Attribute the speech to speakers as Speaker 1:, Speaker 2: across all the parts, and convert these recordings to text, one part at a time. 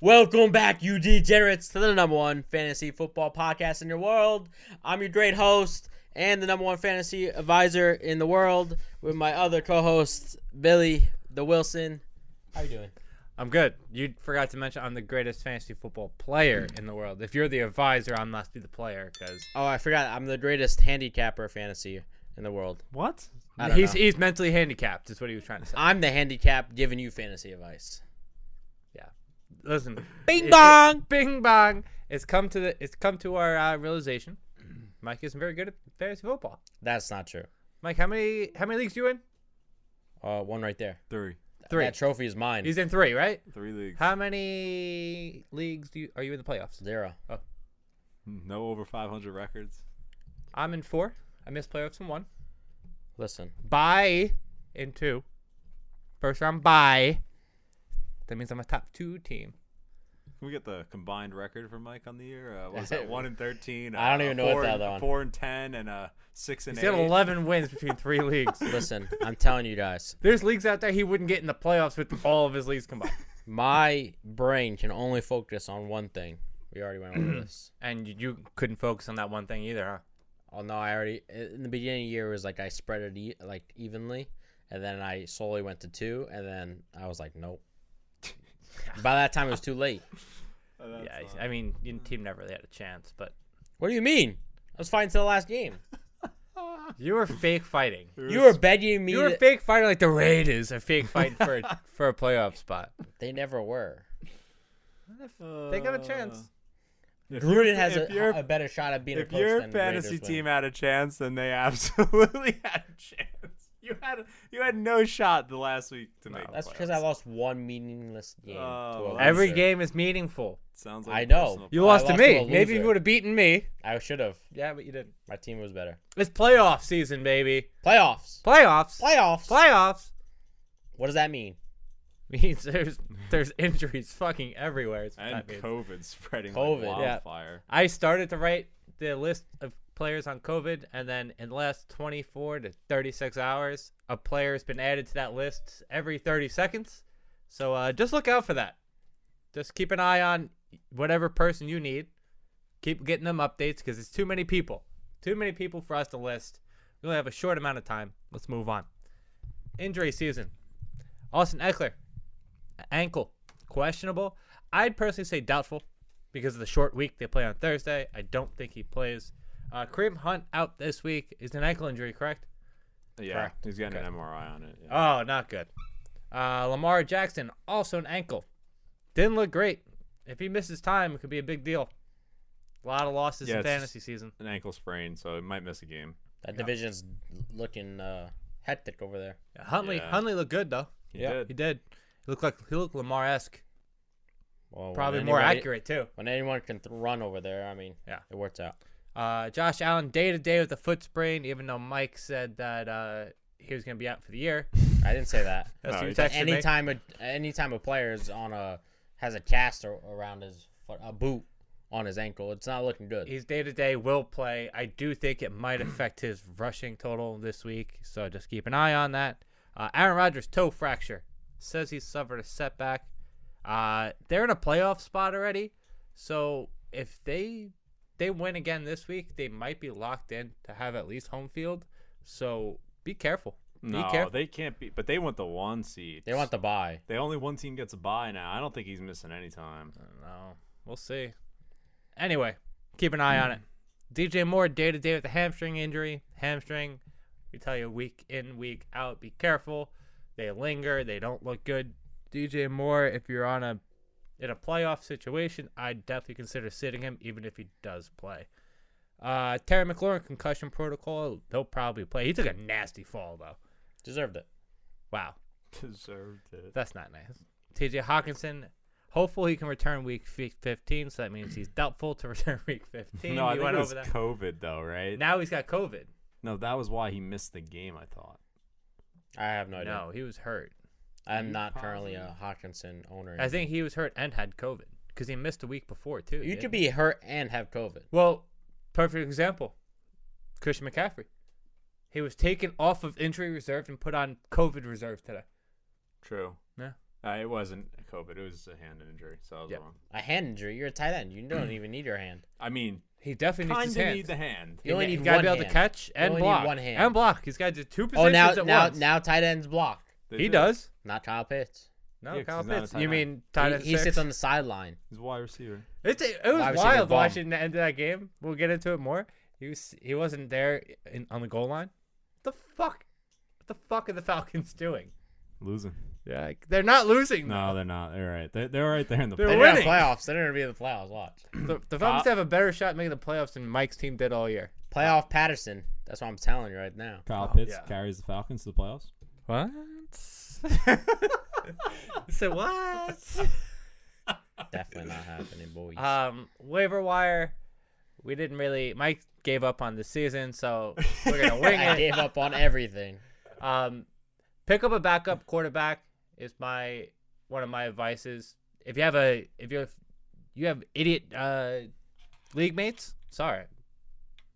Speaker 1: Welcome back, you degenerates, to the number one fantasy football podcast in your world. I'm your great host and the number one fantasy advisor in the world with my other co host, Billy the Wilson. How you doing?
Speaker 2: I'm good. You forgot to mention I'm the greatest fantasy football player in the world. If you're the advisor, I must be the player because
Speaker 1: Oh, I forgot. I'm the greatest handicapper fantasy in the world.
Speaker 2: what?
Speaker 1: I don't
Speaker 2: He's
Speaker 1: know.
Speaker 2: he's mentally handicapped. Is what he was trying to say.
Speaker 1: I'm the handicap giving you fantasy advice.
Speaker 2: Listen,
Speaker 1: Bing
Speaker 2: it-
Speaker 1: bong!
Speaker 2: bing bong. It's come to the. It's come to our uh, realization. Mike isn't very good at fantasy football.
Speaker 1: That's not true.
Speaker 2: Mike, how many how many leagues you in?
Speaker 1: Uh, one right there.
Speaker 3: Three.
Speaker 2: Three.
Speaker 1: That trophy is mine.
Speaker 2: He's in three, right?
Speaker 3: Three leagues.
Speaker 2: How many leagues do you, are you in the playoffs?
Speaker 1: Zero.
Speaker 3: Hmm, No over 500 records.
Speaker 2: I'm in four. I missed playoffs in one.
Speaker 1: Listen,
Speaker 2: Bye in two. First round bye. That means I'm a top two team.
Speaker 3: Can we get the combined record for Mike on the year? Uh, what was that? One and 13.
Speaker 1: I don't
Speaker 3: uh,
Speaker 1: even know what
Speaker 3: four
Speaker 1: the
Speaker 3: and-
Speaker 1: other one-
Speaker 3: Four and 10 and uh, six and
Speaker 2: He's
Speaker 3: eight.
Speaker 2: got 11 wins between three leagues.
Speaker 1: listen, I'm telling you guys.
Speaker 2: There's leagues out there he wouldn't get in the playoffs with all of his leagues combined.
Speaker 1: My brain can only focus on one thing. We already went over this.
Speaker 2: And you- you couldn't focus on that one thing either, huh?
Speaker 1: Oh no, I already in the beginning of the year it was like I spread it e- like evenly, and then I slowly went to two, and then I was like, nope. By that time, it was too late.
Speaker 3: Uh, that's
Speaker 2: yeah,
Speaker 3: not-
Speaker 2: I mean, your team never really had a chance, but
Speaker 1: What do you mean? I was fighting to the last game.
Speaker 2: you were fake fighting.
Speaker 1: You were begging me.
Speaker 2: You were
Speaker 1: to-
Speaker 2: fake fighting like the Raiders are fake fighting for a, for a playoff spot.
Speaker 1: they never were.
Speaker 2: They got a chance.
Speaker 3: Uh, If
Speaker 1: Gruden
Speaker 3: your-
Speaker 1: has
Speaker 3: if
Speaker 1: a,
Speaker 3: your-
Speaker 1: a better shot at being a
Speaker 3: If
Speaker 1: coach
Speaker 3: your
Speaker 1: than the
Speaker 3: fantasy
Speaker 1: Raiders
Speaker 3: team
Speaker 1: win.
Speaker 3: had a chance, then they absolutely had a chance. You had you had no shot the last week to make.
Speaker 1: That's
Speaker 3: the
Speaker 1: because
Speaker 3: playoffs.
Speaker 1: I lost one meaningless game.
Speaker 3: Oh,
Speaker 1: to a
Speaker 3: wow.
Speaker 2: Uh, Every
Speaker 1: loser.
Speaker 2: game is meaningful.
Speaker 3: Sounds
Speaker 1: I
Speaker 3: like a
Speaker 1: know.
Speaker 3: personal-
Speaker 2: You
Speaker 1: I
Speaker 2: lost,
Speaker 1: lost
Speaker 2: to
Speaker 1: to
Speaker 2: me.
Speaker 1: a
Speaker 2: Maybe if you
Speaker 1: loser.
Speaker 2: would have beaten me.
Speaker 1: I should have.
Speaker 2: Yeah, but you didn't.
Speaker 1: My team was better.
Speaker 2: It's playoff season, baby.
Speaker 1: Playoffs.
Speaker 2: Playoffs.
Speaker 1: Playoffs.
Speaker 2: Playoffs.
Speaker 1: what does that mean?
Speaker 2: Means there's there's injuries fucking everywhere. It's
Speaker 3: and
Speaker 2: not good.
Speaker 3: COVID spreading
Speaker 1: COVID.
Speaker 3: like
Speaker 1: Yeah.
Speaker 3: wildfire.
Speaker 2: I started to write the list of players on COVID, and then in the last 24 to 36 hours, a player has been added to that list every 30 seconds. So uh, just look out for that. Just keep an eye on whatever person you need. Keep getting them updates because it's too many people. Too many people for us to list. We only have a short amount of time. Let's move on. Injury season. Austin Eckler, ankle, questionable. I'd personally say doubtful because of the short week they play on Thursday. I don't think he plays. Uh, Kareem Hunt out this week is an ankle injury, correct?
Speaker 3: Yeah,
Speaker 2: Correct.
Speaker 3: he's got
Speaker 2: Okay.
Speaker 3: an MRI on it. yeah.
Speaker 2: Oh, not good. Uh, Lamar Jackson also an ankle. Didn't look great. If he misses time, it could be a big deal. A lot of losses
Speaker 3: Yeah,
Speaker 2: in
Speaker 3: it's-
Speaker 2: fantasy season.
Speaker 3: an ankle sprain, so it might miss a game.
Speaker 1: That division's looking uh, hectic over there.
Speaker 2: Huntley
Speaker 3: Yeah.
Speaker 2: Huntley looked good though.
Speaker 3: He
Speaker 1: Yeah.
Speaker 2: He
Speaker 3: did.
Speaker 2: did. He looked like he looked Lamar esque.
Speaker 1: Well, when
Speaker 2: Probably more
Speaker 1: anybody-
Speaker 2: accurate too.
Speaker 1: When anyone can th- run over there, I mean,
Speaker 2: Yeah.
Speaker 1: it works out.
Speaker 2: Uh, Josh Allen day to day with a foot sprain, even though Mike said that uh, he was going to be out for the year.
Speaker 1: I didn't say that.
Speaker 2: That's what
Speaker 3: No,
Speaker 2: you
Speaker 3: he-
Speaker 2: texted me.
Speaker 1: anytime a anytime a player is on a has a cast ar- around his foot, a boot on his ankle, it's not looking good.
Speaker 2: He's day to day, will play. I do think it might affect his rushing total this week, so just keep an eye on that. Uh, Aaron Rodgers toe fracture says he suffered a setback. Uh, they're in a playoff spot already, so if they they win again this week, they might be locked in to have at least home field. So be careful. be
Speaker 3: No,
Speaker 2: careful.
Speaker 3: they can't be. But they want the one seed.
Speaker 1: They want the buy.
Speaker 3: They only one team gets a bye now. I don't think he's missing any time.
Speaker 2: No, we'll see. Anyway, keep an eye on it. DJ Moore day to day with a hamstring injury. Hamstring, we tell you week in week out, be careful. They linger. They don't look good. DJ Moore, if you're on a in a playoff situation, I'd definitely consider sitting him, even if he does play. Uh, Terry McLaurin concussion protocol. They'll probably play. He took a nasty fall though.
Speaker 1: Deserved it.
Speaker 2: Wow.
Speaker 3: Deserved it.
Speaker 2: That's not nice. TJ Hawkinson, hopefully he can return week fi- 15, so that means he's doubtful to return week 15.
Speaker 3: No, I
Speaker 2: We
Speaker 3: think
Speaker 2: went
Speaker 3: it was
Speaker 2: over that.
Speaker 3: COVID though, right?
Speaker 2: now he's got COVID.
Speaker 3: No, that was why he missed the game. I thought.
Speaker 1: I have no idea.
Speaker 2: No, he was hurt.
Speaker 1: I'm not currently a Hawkinson owner.
Speaker 2: I think he was hurt and had COVID because he missed a week before, too.
Speaker 1: you could
Speaker 2: didn't
Speaker 1: be hurt and have COVID.
Speaker 2: he? Well, perfect example Christian McCaffrey. He was taken off of injury reserve and put on COVID reserve today.
Speaker 3: True.
Speaker 2: Yeah.
Speaker 3: Uh, it wasn't a COVID. It was a hand injury, so I was
Speaker 2: Yep.
Speaker 3: wrong.
Speaker 1: A hand injury. You're a tight end. You don't even need your hand.
Speaker 3: I mean,
Speaker 2: He definitely needs
Speaker 3: kind
Speaker 2: his
Speaker 3: of
Speaker 2: hands.
Speaker 3: need the hand.
Speaker 1: You only
Speaker 2: He-
Speaker 1: need
Speaker 2: he gotta
Speaker 1: one
Speaker 2: be able
Speaker 1: hand.
Speaker 2: to catch and
Speaker 1: only need
Speaker 2: block.
Speaker 1: one hand.
Speaker 2: And block. He's got to do two
Speaker 1: Oh,
Speaker 2: positions
Speaker 1: now
Speaker 2: at
Speaker 1: now
Speaker 2: once.
Speaker 1: now tight ends block.
Speaker 3: They
Speaker 2: he
Speaker 3: did.
Speaker 2: does.
Speaker 1: Not Kyle Pitts.
Speaker 2: No,
Speaker 3: Yeah, 'cause
Speaker 2: Kyle
Speaker 3: he's not a
Speaker 2: Pitts.
Speaker 3: tight
Speaker 2: You
Speaker 3: end.
Speaker 2: mean tight
Speaker 1: He,
Speaker 2: end
Speaker 1: he
Speaker 2: six?
Speaker 1: sits on the sideline.
Speaker 3: He's a wide receiver.
Speaker 2: It's a, it
Speaker 1: Wide
Speaker 2: was
Speaker 1: receiver
Speaker 2: wild
Speaker 1: bomb.
Speaker 2: watching the end of that game. We'll get into it more. He was he wasn't there in, on the goal line. the fuck? What the fuck are the Falcons doing?
Speaker 3: Losing.
Speaker 2: Yeah, like, they're not losing.
Speaker 3: No, they're not. They're right. They're, they're right there in the
Speaker 2: They're
Speaker 3: playoffs.
Speaker 2: right-
Speaker 1: They're in the
Speaker 2: winning.
Speaker 1: playoffs. They're gonna be in the playoffs. Watch.
Speaker 2: The, the Falcons
Speaker 3: Uh,
Speaker 2: have a better shot at making the playoffs than Mike's team did all year.
Speaker 1: Playoff Patterson. That's what I'm telling you right now.
Speaker 3: Kyle
Speaker 2: Oh,
Speaker 3: Pitts
Speaker 2: yeah.
Speaker 3: carries the Falcons to the playoffs.
Speaker 2: What? so what?
Speaker 1: Definitely not happening, boys.
Speaker 2: Um, waiver wire. We didn't really. Mike gave up on the season, so we're gonna wing
Speaker 1: I
Speaker 2: it.
Speaker 1: gave up on everything.
Speaker 2: Um, pick up a backup quarterback is my one of my advices. If you have a if you you have idiot uh, league mates, sorry,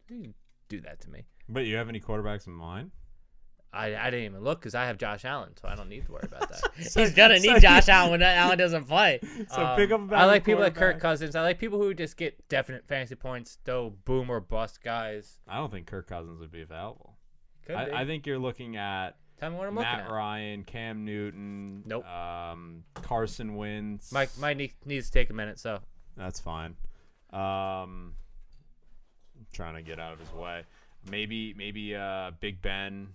Speaker 2: you didn't do that to me.
Speaker 3: But you have any quarterbacks in mind?
Speaker 2: I, I didn't even look because I have Josh Allen, so I don't need to worry about that.
Speaker 1: He's gonna need Josh Allen when Allen doesn't play.
Speaker 3: So
Speaker 2: Um,
Speaker 3: pick up.
Speaker 2: I like people like Kirk Cousins. I like people who just get definite fantasy points, though boom or bust guys.
Speaker 3: I don't think Kirk Cousins would be available.
Speaker 2: Could be.
Speaker 3: I, I think you're looking at
Speaker 2: Tell me what I'm looking
Speaker 3: Matt
Speaker 2: at.
Speaker 3: Ryan, Cam Newton.
Speaker 2: Nope.
Speaker 3: Um, Carson Wentz.
Speaker 2: Mike, Mike ne- needs to take a minute, so
Speaker 3: That's fine. Um, I'm trying to get out of his way. Maybe maybe uh, Big Ben,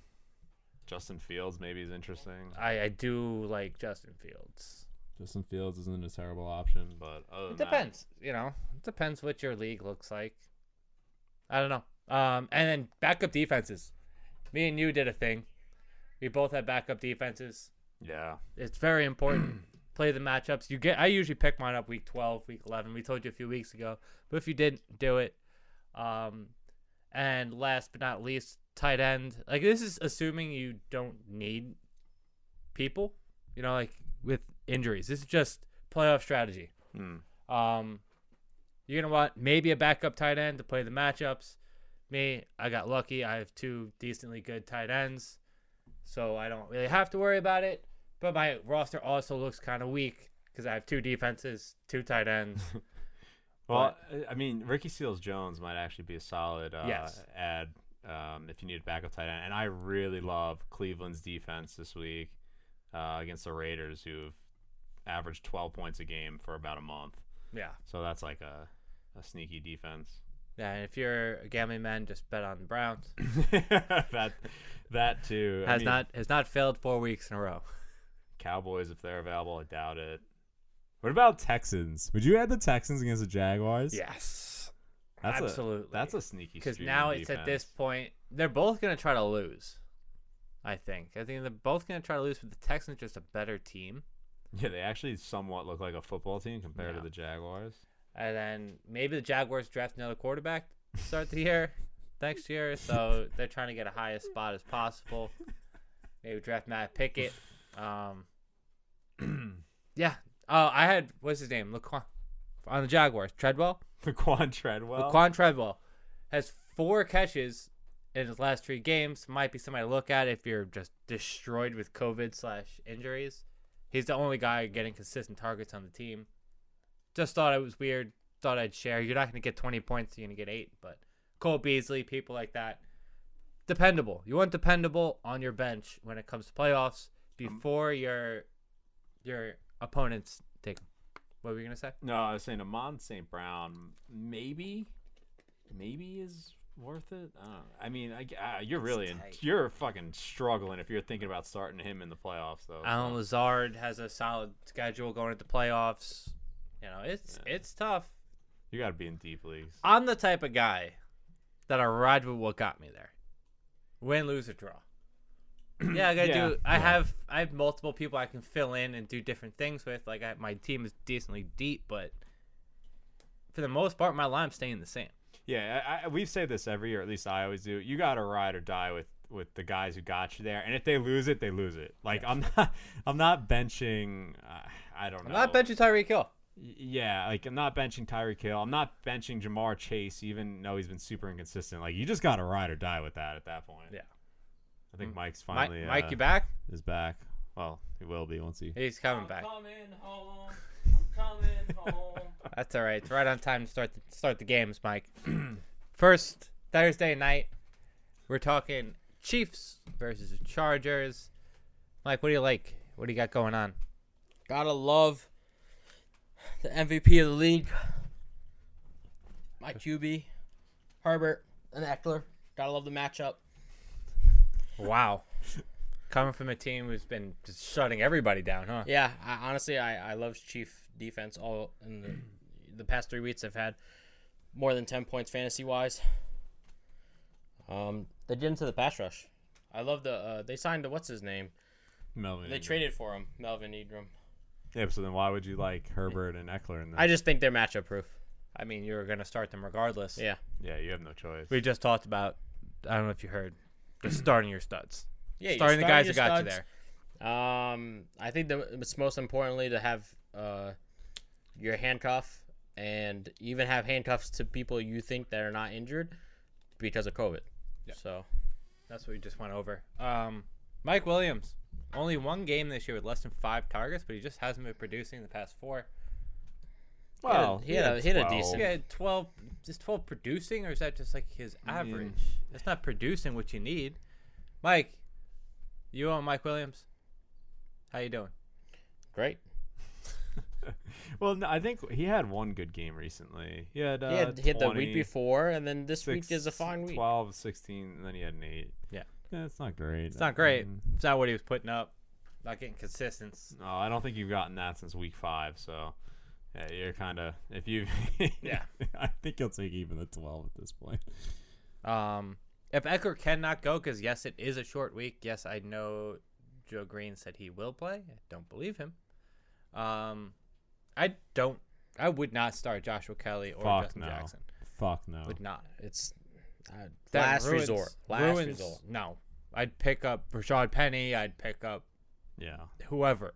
Speaker 3: Justin Fields maybe is interesting.
Speaker 2: I, I do like Justin Fields.
Speaker 3: Justin Fields isn't a terrible option, but other
Speaker 2: It
Speaker 3: than
Speaker 2: depends, you know. It depends what your league looks like. I don't know. Um, and then backup defenses. Me and you did a thing. We both had backup defenses.
Speaker 3: That, yeah,
Speaker 2: It's very important. Play the matchups. You get. I usually pick mine up week twelve, week eleven. We told you a few weeks ago, but if you didn't do it, um, and last but not least, tight end. Like this is assuming you don't need people. You know, like with injuries. This is just playoff strategy.
Speaker 3: Hmm.
Speaker 2: Um, you're gonna want maybe a backup tight end to play the matchups. Me, I got lucky. I have two decently good tight ends, so I don't really have to worry about it. But my roster also looks kind of weak because I have two defenses, two tight ends.
Speaker 3: Well, I- I mean, Ricky Seals Jones might actually be a solid uh,
Speaker 2: Yes.
Speaker 3: add um, if you need a backup tight end. And I really love Cleveland's defense this week uh, against the Raiders, who've averaged 12 points a game for about a month.
Speaker 2: yeah,
Speaker 3: So that's like a, a sneaky defense.
Speaker 2: yeah. And if you're a gambling man, just bet on the Browns.
Speaker 3: that that too I
Speaker 2: Has
Speaker 3: mean,
Speaker 2: not has not failed four weeks in a row.
Speaker 3: Cowboys if they're available. I doubt it. What about Texans? Would you add the Texans against the Jaguars?
Speaker 2: Yes,
Speaker 3: that's
Speaker 2: absolutely.
Speaker 3: A, that's a sneaky.
Speaker 2: because
Speaker 3: streaming
Speaker 2: now it's at
Speaker 3: defense.
Speaker 2: this point they're both going to try to lose i think i think they're both going to try to lose but the texans are just a better team
Speaker 3: Yeah, they actually somewhat look like a football team compared
Speaker 2: Yeah.
Speaker 3: to the Jaguars.
Speaker 2: and then maybe the jaguars draft another quarterback to start the year next year so they're trying to get a highest spot as possible maybe draft matt pickett um, yeah oh i had what's his name laquan on the jaguars treadwell
Speaker 3: Laquan Treadwell.
Speaker 2: Laquan Treadwell has four catches in his last three games. Might be somebody to look at if you're just destroyed with COVID slash injuries. He's the only guy getting consistent targets on the team. Just thought it was weird. Thought I'd share. You're not going to get 20 points. You're going to get eight. But Cole Beasley, people like that, dependable. You want dependable on your bench when it comes to playoffs before your your opponents take. 'em. What were you going to say?
Speaker 3: no, I was saying Amon St. Brown maybe, maybe is worth it. I don't know. I mean, I, I- you're really in,
Speaker 2: tight.
Speaker 3: you're fucking struggling if you're thinking about starting him in the playoffs though.
Speaker 2: Alan Lazard has a solid schedule going into playoffs. You know, it's it's tough.
Speaker 3: You got to be in deep leagues.
Speaker 2: I'm the type of guy that I ride with what got me there. Win, lose, or draw. yeah, I gotta
Speaker 3: Yeah.
Speaker 2: do. I have I have multiple people I can fill in and do different things with. Like I, my team is decently deep, but for the most part, my line's staying the same.
Speaker 3: Yeah, I, I, we say this every year. At least I always do. You got to ride or die with with the guys who got you there, and if they lose it, they lose it. Like I'm not, I'm not benching. Uh, I don't
Speaker 2: I'm
Speaker 3: know.
Speaker 2: not benching Tyreek Hill.
Speaker 3: Y- Yeah, like I'm not benching Tyreek Hill. I'm not benching Jamar Chase, even though he's been super inconsistent. Like you just got to ride or die with that at that point.
Speaker 2: Yeah.
Speaker 1: Mm.
Speaker 3: I think Mike's
Speaker 2: Mike,
Speaker 3: finally
Speaker 2: Mike,
Speaker 3: uh,
Speaker 2: you back?
Speaker 3: is back. Well, he will be once he.
Speaker 2: He's coming back.
Speaker 1: coming home. I'm coming home.
Speaker 2: That's all right. It's right on time to start the, start the games, Mike. First Thursday night, we're talking Chiefs versus the Chargers. Mike, what do you like? What do you got going on?
Speaker 1: Gotta love the MVP of the league. My QB, Herbert and Eckler. Gotta love the matchup.
Speaker 2: Wow. Coming from a team who's been just shutting everybody down, huh?
Speaker 1: Yeah, I, honestly, I, I love Chief defense. All in the, the past three weeks, I've had more than ten points fantasy wise. Um, they did into the pass rush. I love the uh, they signed the, what's his name.
Speaker 3: Melvin.
Speaker 1: They
Speaker 3: Ingram.
Speaker 1: traded for him, Melvin Ingram.
Speaker 3: Yeah, so then why would you like Herbert and Eckler? And then,
Speaker 1: I just think they're matchup proof.
Speaker 2: I mean, you were going to start them regardless.
Speaker 1: Yeah,
Speaker 3: yeah, you have no choice.
Speaker 2: We just talked about, I don't know if you heard, just starting your studs.
Speaker 1: yeah. you're
Speaker 2: starting the guys
Speaker 1: your
Speaker 2: who got you
Speaker 1: studs.
Speaker 2: there.
Speaker 1: Um, I think that it's most importantly to have uh, your handcuff and even have handcuffs to people you think that are not injured because of COVID. So
Speaker 2: That's what we just went over. Um, Mike Williams, only one game this year with less than five targets, but he just hasn't been producing the past four.
Speaker 3: well,
Speaker 1: he had a- he had a
Speaker 3: 12.
Speaker 1: decent-
Speaker 2: He had 12. Is 12 producing, or is that just like his average? That's not producing what you need. Mike, you on Mike Williams? How you doing?
Speaker 1: great.
Speaker 3: Well, no, I think he had one good game recently. He had, uh,
Speaker 1: He had, he had the
Speaker 3: 20,
Speaker 1: week before, and then this week
Speaker 3: six-
Speaker 1: is a fine week.
Speaker 3: 12, 16, and then he had an 8.
Speaker 2: Yeah.
Speaker 3: Yeah, it's not great.
Speaker 2: It's not great. It's not what he was putting up. Not getting consistent.
Speaker 3: No, Oh, I don't think you've gotten that since week five. So, yeah, you're kind of if you.
Speaker 2: Yeah.
Speaker 3: I think you'll take even the twelve at this point.
Speaker 2: Um, if Eckler cannot go, because yes, it is a short week. Yes, I know Joe Green said he will play. I don't believe him. Um, I don't. I would not start Joshua Kelly or
Speaker 3: Fuck
Speaker 2: Justin
Speaker 3: no.
Speaker 2: Jackson.
Speaker 3: Fuck no.
Speaker 2: Would not.
Speaker 1: It's uh,
Speaker 2: That
Speaker 1: last
Speaker 2: ruins-
Speaker 1: resort. Last
Speaker 2: ruins-
Speaker 1: resort.
Speaker 2: No, I'd pick up Rashad Penny. I'd pick up
Speaker 3: Yeah.
Speaker 2: whoever.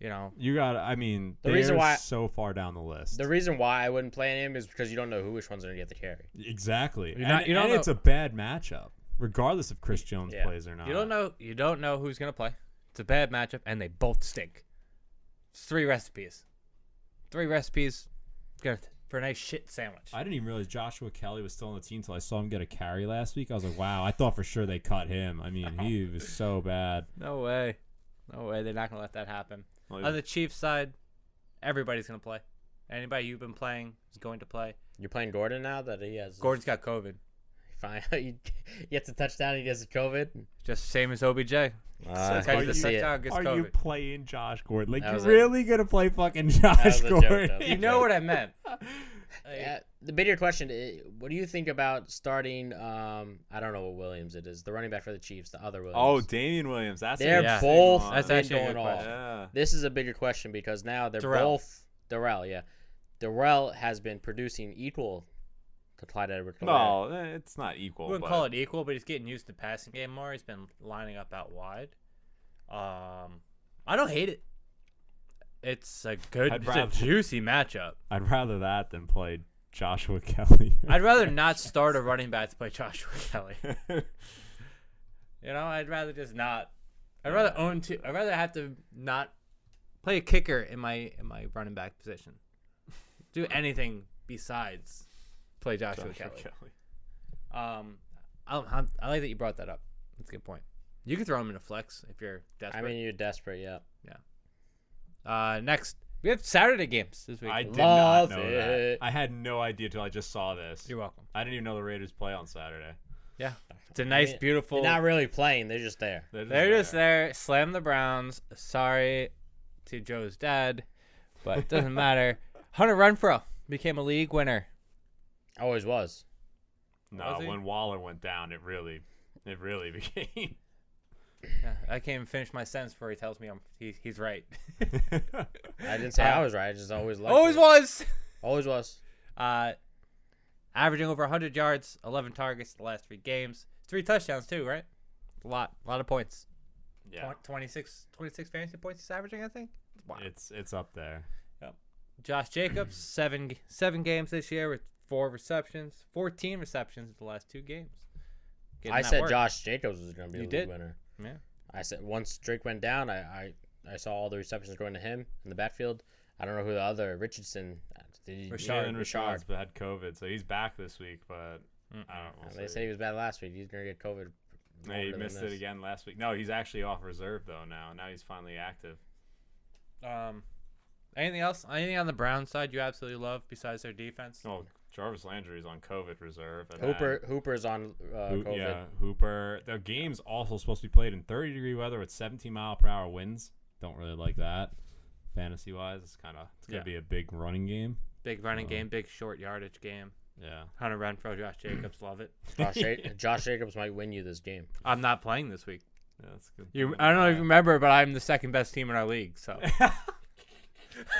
Speaker 2: You know,
Speaker 3: You got. I mean,
Speaker 1: The
Speaker 3: they're
Speaker 1: reason why-
Speaker 3: so far down the list.
Speaker 1: The reason why I wouldn't play him is because you don't know who which one's going to get the carry.
Speaker 3: exactly.
Speaker 2: You're not-
Speaker 3: and
Speaker 2: you don't
Speaker 3: and
Speaker 2: know-
Speaker 3: it's a bad matchup, regardless if Chris Jones
Speaker 1: Yeah.
Speaker 3: plays or not.
Speaker 2: you don't know. You don't know who's gonna play. It's a bad matchup, and they both stink. It's three recipes. Three recipes. Good for a nice shit sandwich.
Speaker 3: I didn't even realize Joshua Kelly was still on the team until I saw him get a carry last week. I was like, wow, I thought for sure they cut him. I mean, he was so bad.
Speaker 2: No way. No way. They're not going to let that happen.
Speaker 3: Well,
Speaker 2: On the Chiefs side, everybody's going to play. Anybody you've been playing is going to play.
Speaker 1: You're playing Gordon now that he has.
Speaker 2: Gordon's got COVID.
Speaker 1: Fine. he gets a touchdown. He gets a COVID.
Speaker 2: Just same as OBJ. Catches
Speaker 1: Uh,
Speaker 3: are
Speaker 1: hate
Speaker 2: the
Speaker 1: to see it.
Speaker 2: touchdown, gets
Speaker 3: Are you
Speaker 2: COVID.
Speaker 3: playing Josh Gordon? Like
Speaker 1: That was
Speaker 3: you're
Speaker 1: a-
Speaker 3: really gonna play fucking Josh
Speaker 1: was a joke,
Speaker 3: Gordon?
Speaker 1: that was a
Speaker 2: You know what I meant.
Speaker 1: Uh, the bigger question: i- What do you think about starting? Um, I don't know what Williams it is. The running back for the Chiefs, the other Williams.
Speaker 3: Oh, Damian Williams. That's
Speaker 1: they're
Speaker 2: Yeah.
Speaker 1: both
Speaker 3: That's
Speaker 1: been
Speaker 2: actually a good
Speaker 1: going off.
Speaker 2: question.
Speaker 1: This is a bigger question because now they're
Speaker 2: Darrell.
Speaker 1: both Darrell. Yeah, Darrell has been producing equal to Clyde edwards
Speaker 3: No, eh, it's not
Speaker 2: I
Speaker 3: equal.
Speaker 2: wouldn't
Speaker 3: but
Speaker 2: call it equal, but he's getting used to passing game more. He's been lining up out wide. Um, I don't hate it. It's a good,
Speaker 3: I'd
Speaker 2: it's a
Speaker 3: rather-
Speaker 2: juicy matchup.
Speaker 3: I'd rather that than play Joshua Kelly.
Speaker 2: I'd rather not start a running back to play Joshua Kelly. You know, I'd rather just not. I'd rather own two. I'd rather have to not play a kicker in my in my running back position. Do anything besides play Joshua, Kelly. Um, I, I'm, I like that you brought that up. That's a good point. You could throw him in a flex if you're
Speaker 1: I
Speaker 2: desperate.
Speaker 1: mean, you're desperate. Yeah.
Speaker 2: uh, next we have Saturday games this week.
Speaker 3: I did
Speaker 1: Love
Speaker 3: not know
Speaker 1: it.
Speaker 3: that. I had no idea till I just saw this.
Speaker 2: You're welcome.
Speaker 3: I didn't even know the Raiders play on Saturday.
Speaker 2: Yeah, it's a nice,
Speaker 1: mean,
Speaker 2: beautiful.
Speaker 1: They're not really playing. They're just there.
Speaker 2: They're just there. Slam the Browns. Sorry to Joe's dad, but it doesn't matter. Hunter Renfro became a league winner.
Speaker 1: Always was.
Speaker 3: No,
Speaker 2: Was he?
Speaker 3: when Waller went down, it really, it really became.
Speaker 2: Yeah, I can't even finish my sentence before he tells me I'm, he, he's right.
Speaker 1: I didn't say I was right. I just always liked
Speaker 2: Uh, Always
Speaker 1: it.
Speaker 2: was.
Speaker 1: Always was.
Speaker 2: Uh, averaging over 100 yards, 11 targets the last three games, three touchdowns too, right? A lot, a lot of points.
Speaker 3: yeah,
Speaker 2: Tw- 26, 26 fantasy points he's averaging, I think. Wow.
Speaker 3: it's it's up there.
Speaker 2: Josh Jacobs, seven seven games this year with four receptions, 14 receptions in the last two games. Getting
Speaker 1: I
Speaker 2: that
Speaker 1: said
Speaker 2: work.
Speaker 1: Josh Jacobs was going to be
Speaker 2: You
Speaker 1: the league
Speaker 2: did.
Speaker 1: winner.
Speaker 2: Yeah.
Speaker 1: I said once Drake went down, I, I, I saw all the receptions going to him in the backfield. I don't know who the other Richardson. uh, Did he,
Speaker 3: Rashad and
Speaker 1: Rashard.
Speaker 3: Rashad's had COVID, so he's back this week, but I don't.
Speaker 1: Uh,
Speaker 3: We'll
Speaker 1: They
Speaker 3: see.
Speaker 1: said he was bad last week. He's gonna get COVID.
Speaker 3: Yeah, he
Speaker 1: longer than
Speaker 3: missed it
Speaker 1: this.
Speaker 3: again last week. No, he's actually off reserve though now. Now he's finally active.
Speaker 2: Um, anything else? Anything on the Brown side you absolutely love besides their defense?
Speaker 3: Oh, Jarvis Landry's on COVID reserve. and
Speaker 1: Hooper Hooper's on uh,
Speaker 3: then- Ho-
Speaker 1: COVID.
Speaker 3: yeah, Hooper. The game's also supposed to be played in 30 degree weather with 17 mile per hour winds. Don't really like that. Fantasy wise, it's kind of it's gonna
Speaker 2: Yeah.
Speaker 3: be a big running game.
Speaker 2: Big running
Speaker 3: Uh,
Speaker 1: Uh-huh.
Speaker 2: game, big short yardage game.
Speaker 3: Yeah.
Speaker 2: Hunter Renfro, Josh Jacobs, love it.
Speaker 1: Josh, Ja- Josh Jacobs might win you this game.
Speaker 2: I'm not playing this week.
Speaker 3: Yeah, that's a good.
Speaker 2: You,
Speaker 3: point.
Speaker 2: I don't know if you remember, but I'm the second best team in our league. So,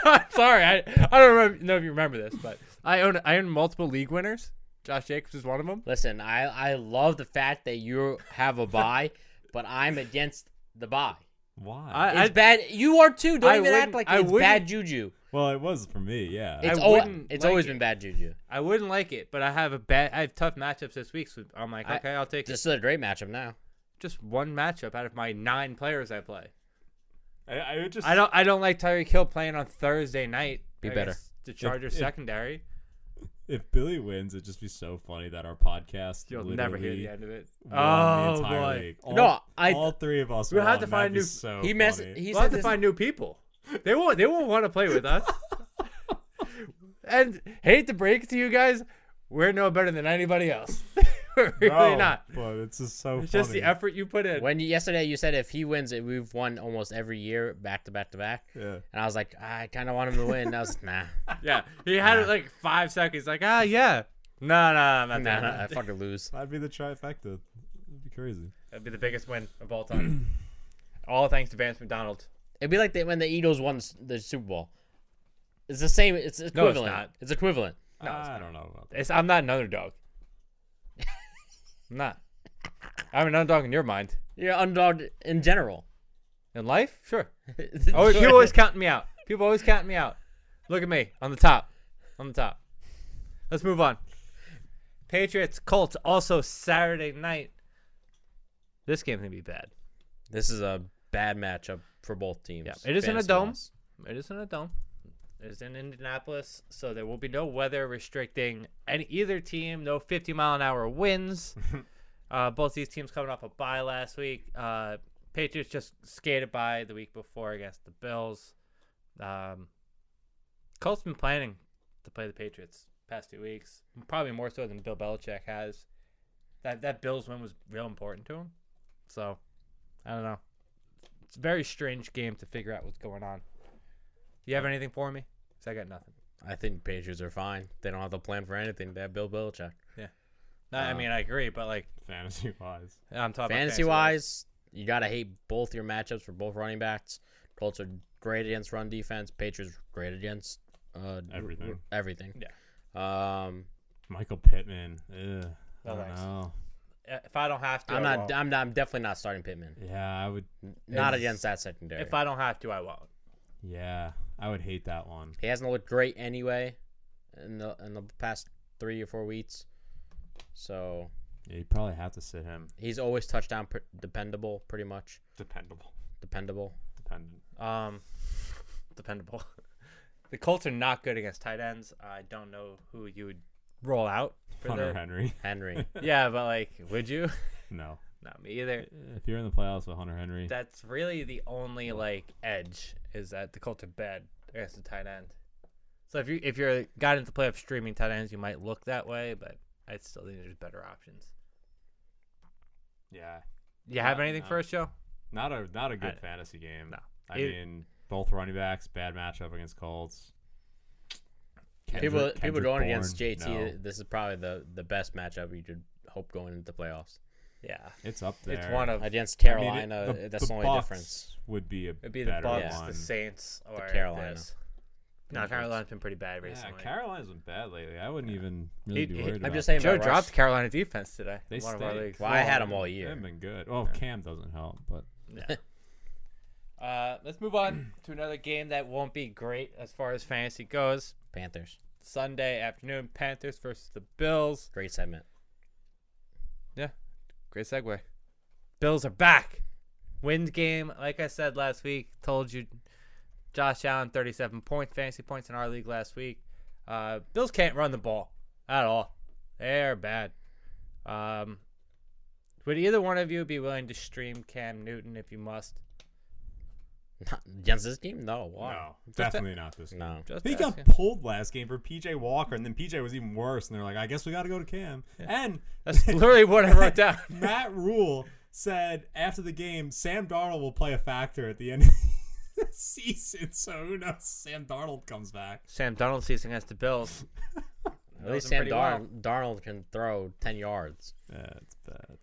Speaker 2: I'm sorry, I, I don't remember, know if you remember this, but I own I own multiple league winners. Josh Jacobs is one of them.
Speaker 1: Listen, I I love the fact that you have a buy, but I'm against the buy.
Speaker 3: Why?
Speaker 2: I-
Speaker 1: It's bad. You are too. Don't
Speaker 2: I
Speaker 1: even act
Speaker 2: wouldn't-
Speaker 1: like
Speaker 2: I
Speaker 1: it's
Speaker 2: wouldn't-
Speaker 1: bad juju.
Speaker 3: well, it was for me. Yeah.
Speaker 1: It's,
Speaker 2: I
Speaker 1: al-
Speaker 2: wouldn't
Speaker 1: it's
Speaker 2: like
Speaker 1: always
Speaker 2: it.
Speaker 1: been bad juju.
Speaker 2: I wouldn't like it, but I have a bad. I have tough matchups this week, so I'm like,
Speaker 1: I-
Speaker 2: okay, I'll take
Speaker 1: This is a great matchup now.
Speaker 2: just one matchup out of my nine players I play.
Speaker 3: I, I would just.
Speaker 2: I don't. I don't like Tyreek Hill playing on Thursday night.
Speaker 1: Be
Speaker 2: against
Speaker 1: better.
Speaker 2: The Chargers
Speaker 3: if-
Speaker 2: secondary.
Speaker 3: If Billy wins, it'd just be so funny that our podcast.
Speaker 2: You'll never hear
Speaker 3: literally
Speaker 2: the end of it.
Speaker 3: won the
Speaker 2: Oh
Speaker 3: entire
Speaker 2: boy.
Speaker 3: league. All,
Speaker 1: No, I-
Speaker 3: all three of us.
Speaker 2: We'll have to
Speaker 3: won. That'd
Speaker 2: find
Speaker 3: be
Speaker 2: new-
Speaker 3: So
Speaker 1: He
Speaker 3: messed.
Speaker 1: mess. He
Speaker 2: We'll have
Speaker 1: said
Speaker 2: to
Speaker 1: this,
Speaker 2: find new people. They won't. They won't want to play with us. and hate to break it to you guys, we're no better than anybody else. we're really not.
Speaker 3: But it's just so.
Speaker 2: It's just the effort you put in.
Speaker 1: when you, yesterday you said if he wins it, we've won almost every year back to back to back.
Speaker 3: Yeah.
Speaker 1: And I was like, I kind of want him to win. And I was nah,
Speaker 2: yeah, he had it like five seconds. Like ah, yeah. No, no, I'm not
Speaker 1: nah,
Speaker 2: that.
Speaker 1: nah, I fucking lose.
Speaker 3: That'd be the trifecta. That'd be crazy.
Speaker 2: That'd be the biggest win of all time. all thanks to Vance McDonald.
Speaker 1: It'd be like the, when the Eagles won s- the Super Bowl. It's the same. It's equivalent.
Speaker 2: not.
Speaker 1: It's equivalent.
Speaker 3: No, I don't know about that.
Speaker 2: It's, I'm not an underdog. I'm not. I'm an underdog in your mind.
Speaker 1: You're underdog in general.
Speaker 2: In life, sure. Oh, people always counting me out. People always counting me out. Look at me on the top, on the top. Let's move on. Patriots Colts also Saturday night. This game's gonna be bad.
Speaker 1: This is a bad matchup for both teams.
Speaker 2: Yeah, it is in a
Speaker 1: fantasy
Speaker 2: dome.
Speaker 1: wise.
Speaker 2: It is in a dome. It's in Indianapolis, so there will be no weather restricting any either team. No 50 mile an hour winds. uh, both these teams coming off a bye last week. Uh, Patriots just skated by the week before against the Bills. Um, Colts been planning to play the Patriots past two weeks, probably more so than Bill Belichick has. That that Bills win was real important to him. So I don't know. It's a very strange game to figure out what's going on. Do you have anything for me? Cause I got nothing.
Speaker 1: I think Patriots are fine. They don't have to plan for anything. They have Bill Belichick.
Speaker 2: No, I mean I agree, but like
Speaker 3: Fantasy wise.
Speaker 2: I'm talking
Speaker 1: Fantasy wise, you gotta hate both your matchups for both running backs. Colts are great against run defense. Patriots are great against uh,
Speaker 3: Everything.
Speaker 1: Everything. Yeah. Um,
Speaker 3: Michael Pittman. Ugh. I
Speaker 2: No
Speaker 3: don't
Speaker 2: thanks.
Speaker 3: know.
Speaker 2: If I don't have to,
Speaker 1: I'm
Speaker 2: I
Speaker 1: not.
Speaker 2: won't.
Speaker 1: I'm not. I'm definitely not starting Pittman.
Speaker 3: Yeah, I would.
Speaker 1: Not
Speaker 3: It's-
Speaker 1: against that secondary.
Speaker 2: If I don't have to, I won't.
Speaker 3: Yeah, I would hate that one.
Speaker 1: he hasn't looked great anyway in the in the past three or four weeks. So
Speaker 3: Yeah, you probably have to sit him.
Speaker 1: he's always touchdown pr- dependable, pretty much
Speaker 3: Dependable.
Speaker 1: dependable.
Speaker 3: Dependent.
Speaker 2: Um, dependable. the Colts are not good against tight ends. I don't know who you would roll out for
Speaker 3: Hunter
Speaker 2: the-
Speaker 3: Henry.
Speaker 1: Henry,
Speaker 2: Yeah, but like, would you?
Speaker 3: No.
Speaker 2: not me either.
Speaker 3: If you're in the playoffs with Hunter Henry,
Speaker 2: That's really the only like edge is that the Colts are bad against the tight end. So if you if you're got into playoff streaming tight ends, you might look that way, but I still think there's better options.
Speaker 3: yeah,
Speaker 2: You have
Speaker 3: Yeah,
Speaker 2: anything
Speaker 3: no.
Speaker 2: for us, Joe?
Speaker 3: not a not a good
Speaker 2: I-
Speaker 3: fantasy game.
Speaker 2: no.
Speaker 3: I
Speaker 2: It-
Speaker 3: mean, both running backs, bad matchup against Colts.
Speaker 1: people
Speaker 3: Kendrick-
Speaker 1: people
Speaker 3: Kendrick
Speaker 1: going
Speaker 3: Bourne,
Speaker 1: against JT.
Speaker 3: no.
Speaker 1: This is probably the the best matchup you could hope going into the playoffs
Speaker 2: Yeah,
Speaker 3: It's up there.
Speaker 2: it's one of
Speaker 1: against
Speaker 3: I mean, it-
Speaker 1: Carolina. that's the, only
Speaker 3: Bucks
Speaker 1: difference.
Speaker 3: Would be a
Speaker 2: it'd be the
Speaker 3: better
Speaker 2: Bucks,
Speaker 3: one.
Speaker 2: the Saints, or
Speaker 1: Carolina.
Speaker 2: this. No, Carolina's been pretty bad
Speaker 3: Yeah,
Speaker 2: recently.
Speaker 3: Carolina's been bad lately. I wouldn't even really
Speaker 2: It-
Speaker 3: be
Speaker 2: it-
Speaker 3: worried.
Speaker 2: I'm
Speaker 3: about
Speaker 1: just
Speaker 3: that.
Speaker 1: saying
Speaker 2: Joe
Speaker 1: about
Speaker 2: dropped
Speaker 1: Russ.
Speaker 2: Carolina defense today.
Speaker 3: They
Speaker 2: in one of our
Speaker 3: stink.
Speaker 2: leagues.
Speaker 1: Well, I had him all
Speaker 3: They
Speaker 1: year.
Speaker 3: haven't been good. Well, Cam doesn't help, but
Speaker 2: Yeah. uh, let's move on to another game that won't be great as far as fantasy goes.
Speaker 1: Panthers,
Speaker 2: Sunday afternoon, Panthers versus the Bills.
Speaker 1: great segment.
Speaker 2: Great segue. Bills are back. Wins game, like I said last week, told you Josh Allen 37 points, fantasy points in our league last week. Uh, Bills can't run the ball at all. They're bad. Um, would either one of you be willing to stream Cam Newton if you must?
Speaker 1: Not against this game? No. Why?
Speaker 3: No, definitely not this. game.
Speaker 1: No.
Speaker 2: Just
Speaker 3: He got
Speaker 2: asking.
Speaker 3: pulled last game for PJ Walker, and then PJ was even worse. And they're like, I guess we got to go to Cam. And
Speaker 2: That's literally what I wrote down.
Speaker 3: Matt Rule said after the game, Sam Darnold will play a factor at the end of the season. So who knows? Sam Darnold comes back.
Speaker 2: Sam Donald season against the Bills.
Speaker 1: At least
Speaker 2: him
Speaker 1: Sam
Speaker 2: pretty well.
Speaker 1: Darn- Darnold can throw 10 yards.
Speaker 3: Yeah, it's bad.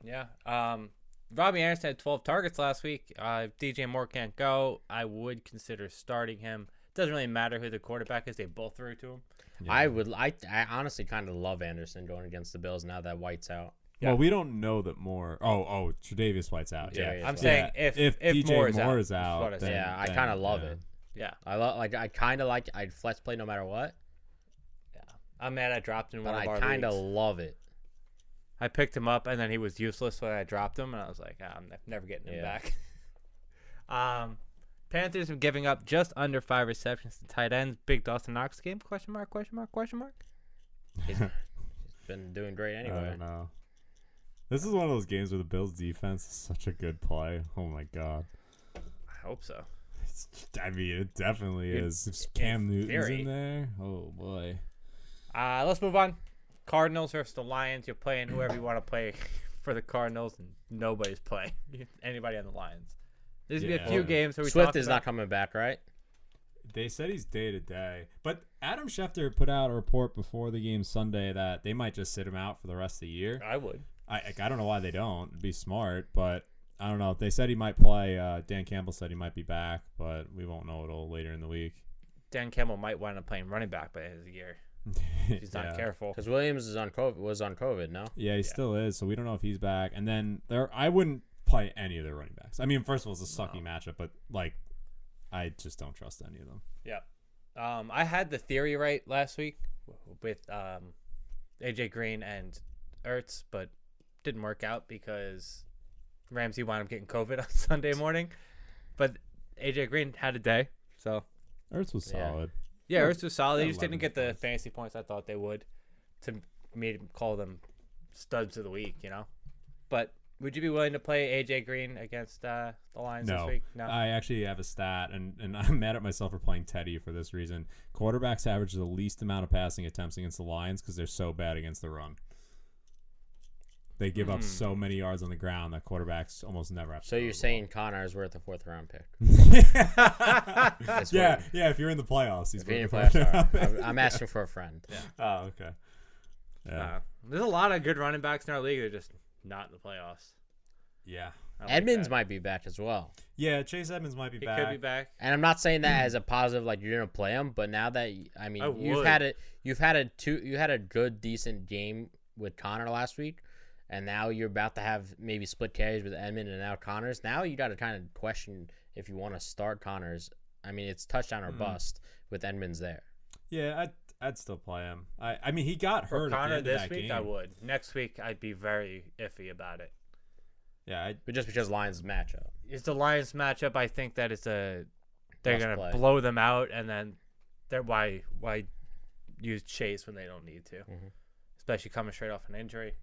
Speaker 2: Yeah. Um, Robbie Anderson had 12 targets last week. Uh, if DJ Moore can't go, I would consider starting him. Doesn't really matter who the quarterback is; they both threw to him.
Speaker 1: I would. I, I honestly kind of love Anderson going against the Bills now that White's out.
Speaker 2: Yeah.
Speaker 3: Well, we don't know that Moore. Oh, oh, Tre'Davious White's out. Yeah,
Speaker 1: Tre'Davious
Speaker 2: I'm
Speaker 1: White.
Speaker 2: saying if if,
Speaker 3: DJ
Speaker 2: Moore is out,
Speaker 3: is
Speaker 2: that's
Speaker 3: out,
Speaker 2: what I said.
Speaker 3: then-
Speaker 1: Yeah, I
Speaker 3: then,
Speaker 1: kind of love
Speaker 3: yeah.
Speaker 1: it.
Speaker 2: yeah,
Speaker 1: I love like I kind of like I'd flex play no matter what,
Speaker 2: I'm mad I dropped him. in
Speaker 1: but
Speaker 2: One of
Speaker 1: I
Speaker 2: our
Speaker 1: kind of
Speaker 2: leagues.
Speaker 1: love it.
Speaker 2: I picked him up and then he was useless when I dropped him, and I was like, "Ah, I'm ne- never getting him
Speaker 1: Yeah.
Speaker 2: back. um, Panthers are giving up just under five receptions to tight ends. Big Dawson Knox game? Question mark? Question mark? Question mark?
Speaker 1: Been doing great
Speaker 3: I
Speaker 1: anyway.
Speaker 3: don't know. This is one of those games where the Bills' defense is such a good play. Oh my god!
Speaker 2: I hope so.
Speaker 3: It's- I mean, it definitely
Speaker 2: In-
Speaker 3: is. If Cam Newton's
Speaker 2: theory.
Speaker 3: in there, oh boy.
Speaker 2: Uh, let's move on. Cardinals versus the Lions. You're playing whoever you want to play for the Cardinals, and nobody's playing anybody on the Lions. There's gonna be
Speaker 3: Yeah.
Speaker 2: a few games where we
Speaker 1: Swift
Speaker 2: talked
Speaker 1: is
Speaker 2: about-
Speaker 1: not coming back, right?
Speaker 3: They said he's day to day, but Adam Schefter put out a report before the game Sunday that they might just sit him out for the rest of the year.
Speaker 2: I would.
Speaker 3: I I- I don't know why they don't. It'd be smart, but I don't know. They said he might play. Uh, Dan Campbell said he might be back, but we won't know till later in the week.
Speaker 2: Dan Campbell might wind up playing running back by the end of the year. if He's not
Speaker 3: Yeah.
Speaker 2: careful.
Speaker 1: Because Williams is on COVID. Was on COVID. No.
Speaker 3: Yeah, he still is. So we don't know if he's back. And then there, I wouldn't play any of their running backs. I mean, first of all, it's a sucky matchup, but like, I just don't trust any of them.
Speaker 2: Yeah. Um, I had the theory right last week with um, AJ Green and Ertz, but didn't work out because Ramsey wound up getting COVID on Sunday morning. But AJ Green had a day, so
Speaker 3: Ertz was
Speaker 1: Yeah.
Speaker 3: solid.
Speaker 2: Yeah, Ertz was solid. They
Speaker 3: Yeah,
Speaker 2: just didn't
Speaker 3: 11
Speaker 2: get the fantasy points I thought they would to me call them studs of the week, you know? But would you be willing to play AJ Green against uh, the Lions
Speaker 3: No, Uh,
Speaker 2: this week? No.
Speaker 3: I actually have a stat, and, and I'm mad at myself for playing Teddy for this reason. Quarterbacks average the least amount of passing attempts against the Lions because they're so bad against the run. They give up so
Speaker 2: Hmm.
Speaker 3: many yards on the ground that quarterbacks almost never have. to
Speaker 1: So
Speaker 3: throw
Speaker 1: you're
Speaker 3: the
Speaker 1: saying Connor is worth a fourth round pick?
Speaker 3: ball.
Speaker 1: That's
Speaker 3: yeah,
Speaker 1: weird.
Speaker 3: yeah. If you're in the playoffs, he's
Speaker 1: If he didn't play,
Speaker 3: worth it.
Speaker 1: I'm sorry. I'm- I'm asking for a friend.
Speaker 3: Oh, okay. Yeah.
Speaker 2: Uh, there's a lot of good running backs in our league. They're just not in the playoffs.
Speaker 3: yeah.
Speaker 2: I like
Speaker 1: Edmonds
Speaker 2: that.
Speaker 1: might be back as well.
Speaker 3: Yeah, Chase Edmonds might be
Speaker 2: He
Speaker 3: back.
Speaker 2: could be back.
Speaker 1: And I'm not saying that as
Speaker 2: Mm.
Speaker 1: a positive, like you're gonna play him. But now that y- I mean,
Speaker 2: I
Speaker 1: you've
Speaker 2: would.
Speaker 1: had a you've had a two you had a good decent game with Connor last week, and now you're about to have maybe split carries with Edmund and now Connors. Now you got to kind of question if you want to start Connors. I mean, it's touchdown
Speaker 2: Mm.
Speaker 1: or bust with Edmonds there.
Speaker 3: Yeah, I'd, I'd still play him. I, I mean, he got
Speaker 2: For
Speaker 3: hurt at the
Speaker 2: Connor
Speaker 3: end of
Speaker 2: this
Speaker 3: that
Speaker 2: week,
Speaker 3: game.
Speaker 2: I would. Next week, I'd be very iffy about it.
Speaker 3: Yeah, I,
Speaker 1: But just because Lions matchup,
Speaker 2: It's the Lions matchup. I think that it's a they're
Speaker 1: Must
Speaker 2: gonna
Speaker 1: play.
Speaker 2: blow them out, and then they're why why use Chase when they don't need to,
Speaker 1: Mhm.
Speaker 2: especially coming straight off an injury.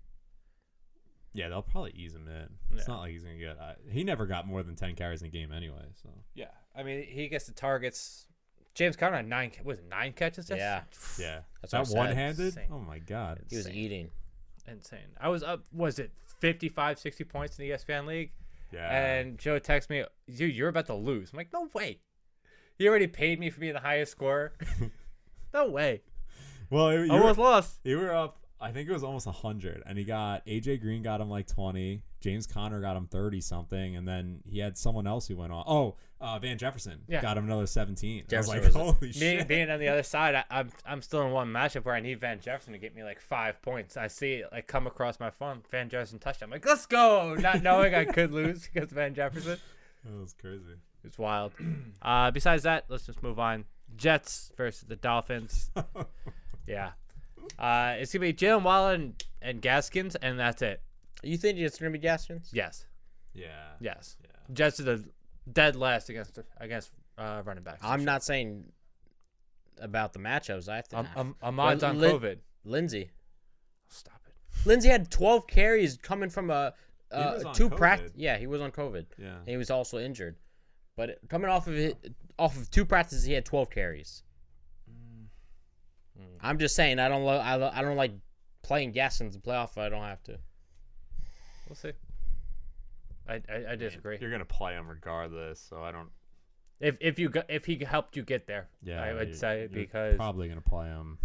Speaker 3: yeah, they'll probably ease him in. It's
Speaker 2: Yeah.
Speaker 3: not like he's gonna get. I, he never got more than ten carries in a game anyway. So
Speaker 2: Yeah, I mean he gets the targets. James Conner had nine was it nine catches. That's
Speaker 1: yeah,
Speaker 3: yeah,
Speaker 1: That's what I
Speaker 3: that
Speaker 1: said.
Speaker 3: one handed.
Speaker 2: Insane.
Speaker 3: Oh my god.
Speaker 1: he was
Speaker 2: Insane.
Speaker 1: eating.
Speaker 2: insane. I was up. Was it 55, 60 points in the E ESPN league?
Speaker 3: Yeah.
Speaker 2: And Joe texts me, dude, you're about to lose. I'm like, no way. You already paid me for being the highest scorer. no way.
Speaker 3: well, you
Speaker 2: I
Speaker 3: were-
Speaker 2: almost lost.
Speaker 3: you were up. I think it was almost hundred, and he got AJ Green got him like twenty. James Conner got him thirty something, and then he had someone else who went on. Oh, uh, Van Jefferson
Speaker 2: Yeah.
Speaker 3: got him another seventeen. I was
Speaker 1: Jefferson
Speaker 3: like,
Speaker 1: was a-
Speaker 3: holy
Speaker 2: Me
Speaker 3: shit!
Speaker 2: being on the other side, I, I'm I'm still in one matchup where I need Van Jefferson to get me like five points. I see it like come across my phone, Van Jefferson touchdown. I'm like, let's go, not knowing I could lose because of Van Jefferson.
Speaker 3: That was crazy.
Speaker 2: It's wild. uh, besides that, let's just move on. Jets versus the Dolphins. yeah, uh, it's gonna be Jalen Waller and, and Gaskins, and that's it.
Speaker 1: You think it's gonna be Gaskins?
Speaker 2: Yes,
Speaker 3: Yeah.
Speaker 2: yes.
Speaker 3: Yeah.
Speaker 2: Jets are the dead last against against uh, running backs.
Speaker 1: I'm not saying about the matchups. I think
Speaker 2: I'm, I'm, I'm odds Um, on
Speaker 1: Lin-
Speaker 2: COVID.
Speaker 1: Lindsey.
Speaker 2: Stop it.
Speaker 1: Lindsey had 12 carries coming from a, uh,
Speaker 3: was on
Speaker 1: two
Speaker 3: COVID.
Speaker 1: practice. Yeah, he was on COVID.
Speaker 3: Yeah.
Speaker 1: And he was also injured. But it- coming off of it, off of two practices, he had 12 carries.
Speaker 2: Mm.
Speaker 1: I'm just saying, I don't lo- I, lo- I don't like playing Gaskins in the playoff if I don't have to.
Speaker 2: We'll see. I, I, I disagree.
Speaker 3: You're gonna play him regardless, so I don't.
Speaker 2: If if you got, if he helped you get there,
Speaker 3: Yeah,
Speaker 2: I would
Speaker 3: you-
Speaker 2: say
Speaker 3: you're
Speaker 2: because
Speaker 3: probably gonna play him.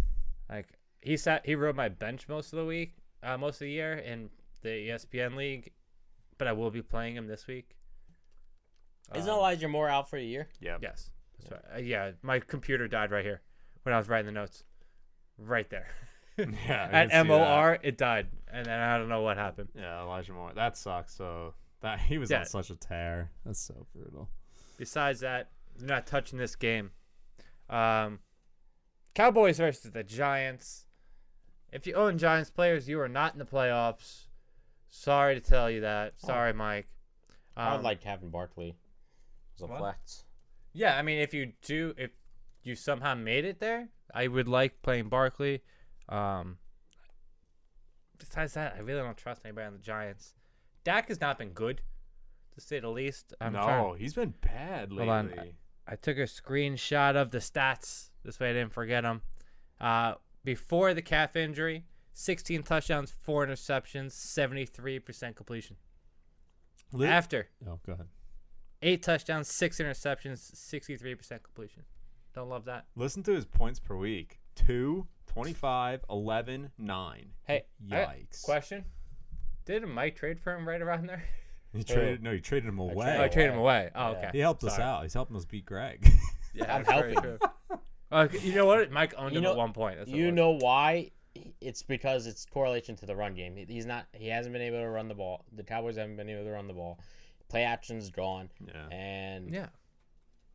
Speaker 2: like he sat he rode my bench most of the week, uh, most of the year in the E ESPN league, but I will be playing him this week.
Speaker 1: Isn't
Speaker 2: Um,
Speaker 1: Elijah Moore out for a year?
Speaker 3: Yeah.
Speaker 2: Yes. That's right. Uh, yeah, my computer died right here when I was writing the notes. Right there.
Speaker 3: Yeah. I
Speaker 2: At
Speaker 3: can see that.
Speaker 2: M O R, it died, and then I don't know what happened.
Speaker 3: Yeah, Elijah Moore. That sucks. So that he was
Speaker 2: Yeah.
Speaker 3: on such a tear. That's so brutal.
Speaker 2: Besides that, they're not touching this game. Um, Cowboys versus the Giants. If you own Giants players, you are not in the playoffs. Sorry to tell you that. Sorry, Mike.
Speaker 1: Oh. I
Speaker 2: Um,
Speaker 1: would like having Barkley as a
Speaker 2: What?
Speaker 1: flex.
Speaker 2: Yeah, I mean, if you do, if you somehow made it there, I would like playing Barkley. Um, besides that, I really don't trust anybody on the Giants. Dak has not been good, to say the least. I'm
Speaker 3: no,
Speaker 2: trying-
Speaker 3: he's been bad lately.
Speaker 2: Hold on. I took a screenshot of the stats. This way I didn't forget them. Uh, before the calf injury, 16 touchdowns, 4 interceptions, 73% completion.
Speaker 3: Lu-
Speaker 2: After,
Speaker 3: oh, go ahead.
Speaker 2: 8 touchdowns, 6 interceptions, 63% completion. Don't love that.
Speaker 3: Listen to his points per week. 2, 25, 11, 9.
Speaker 2: Hey, I got a
Speaker 3: Yikes.
Speaker 2: question. Did Mike trade for him right around there?
Speaker 3: He traded no, he traded him away.
Speaker 2: Oh, I traded him away. Oh, okay.
Speaker 3: he helped us
Speaker 2: Sorry.
Speaker 3: out. He's helping us beat Greg.
Speaker 2: Yeah,
Speaker 1: I'm
Speaker 2: that's very
Speaker 1: helping.
Speaker 2: true. Uh, you know what? Mike owned
Speaker 1: You
Speaker 2: him
Speaker 1: know-
Speaker 2: at one point. That's what it
Speaker 1: You
Speaker 2: was.
Speaker 1: know why? It's because it's correlation to the run game. He- He's not. He hasn't been able to run the ball. The Cowboys haven't been able to run the ball. Play action's gone,
Speaker 3: Yeah.
Speaker 1: and
Speaker 2: Yeah.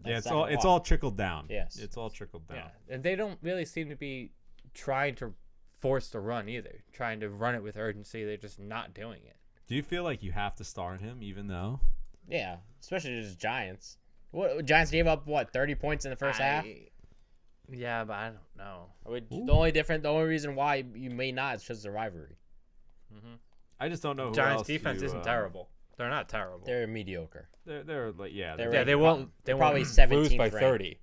Speaker 3: yeah, it's
Speaker 1: not
Speaker 3: all
Speaker 1: gonna
Speaker 3: it's
Speaker 1: walk.
Speaker 3: all trickled down.
Speaker 1: Yes.
Speaker 3: It's all trickled down.
Speaker 2: Yeah, and they don't really seem to be trying to force the run either. Trying to run it with urgency, they're just not doing it.
Speaker 3: Do you feel like you have to start him even though?
Speaker 1: yeah, especially just Giants. What Giants gave up? What thirty points in the first half?
Speaker 2: I- Yeah, but I don't know.
Speaker 1: I would- the only different, the only reason why you may not is because the rivalry.
Speaker 3: I just don't know who
Speaker 2: Giants
Speaker 3: else
Speaker 2: defense
Speaker 3: you,
Speaker 2: isn't
Speaker 3: uh,
Speaker 2: terrible. They're not terrible.
Speaker 1: They're mediocre.
Speaker 3: They're they're like yeah,
Speaker 1: They're
Speaker 2: yeah,
Speaker 1: ranked
Speaker 2: they won't. They won't
Speaker 1: probably
Speaker 2: lose
Speaker 1: 17th
Speaker 2: by
Speaker 1: ranked.
Speaker 2: thirty.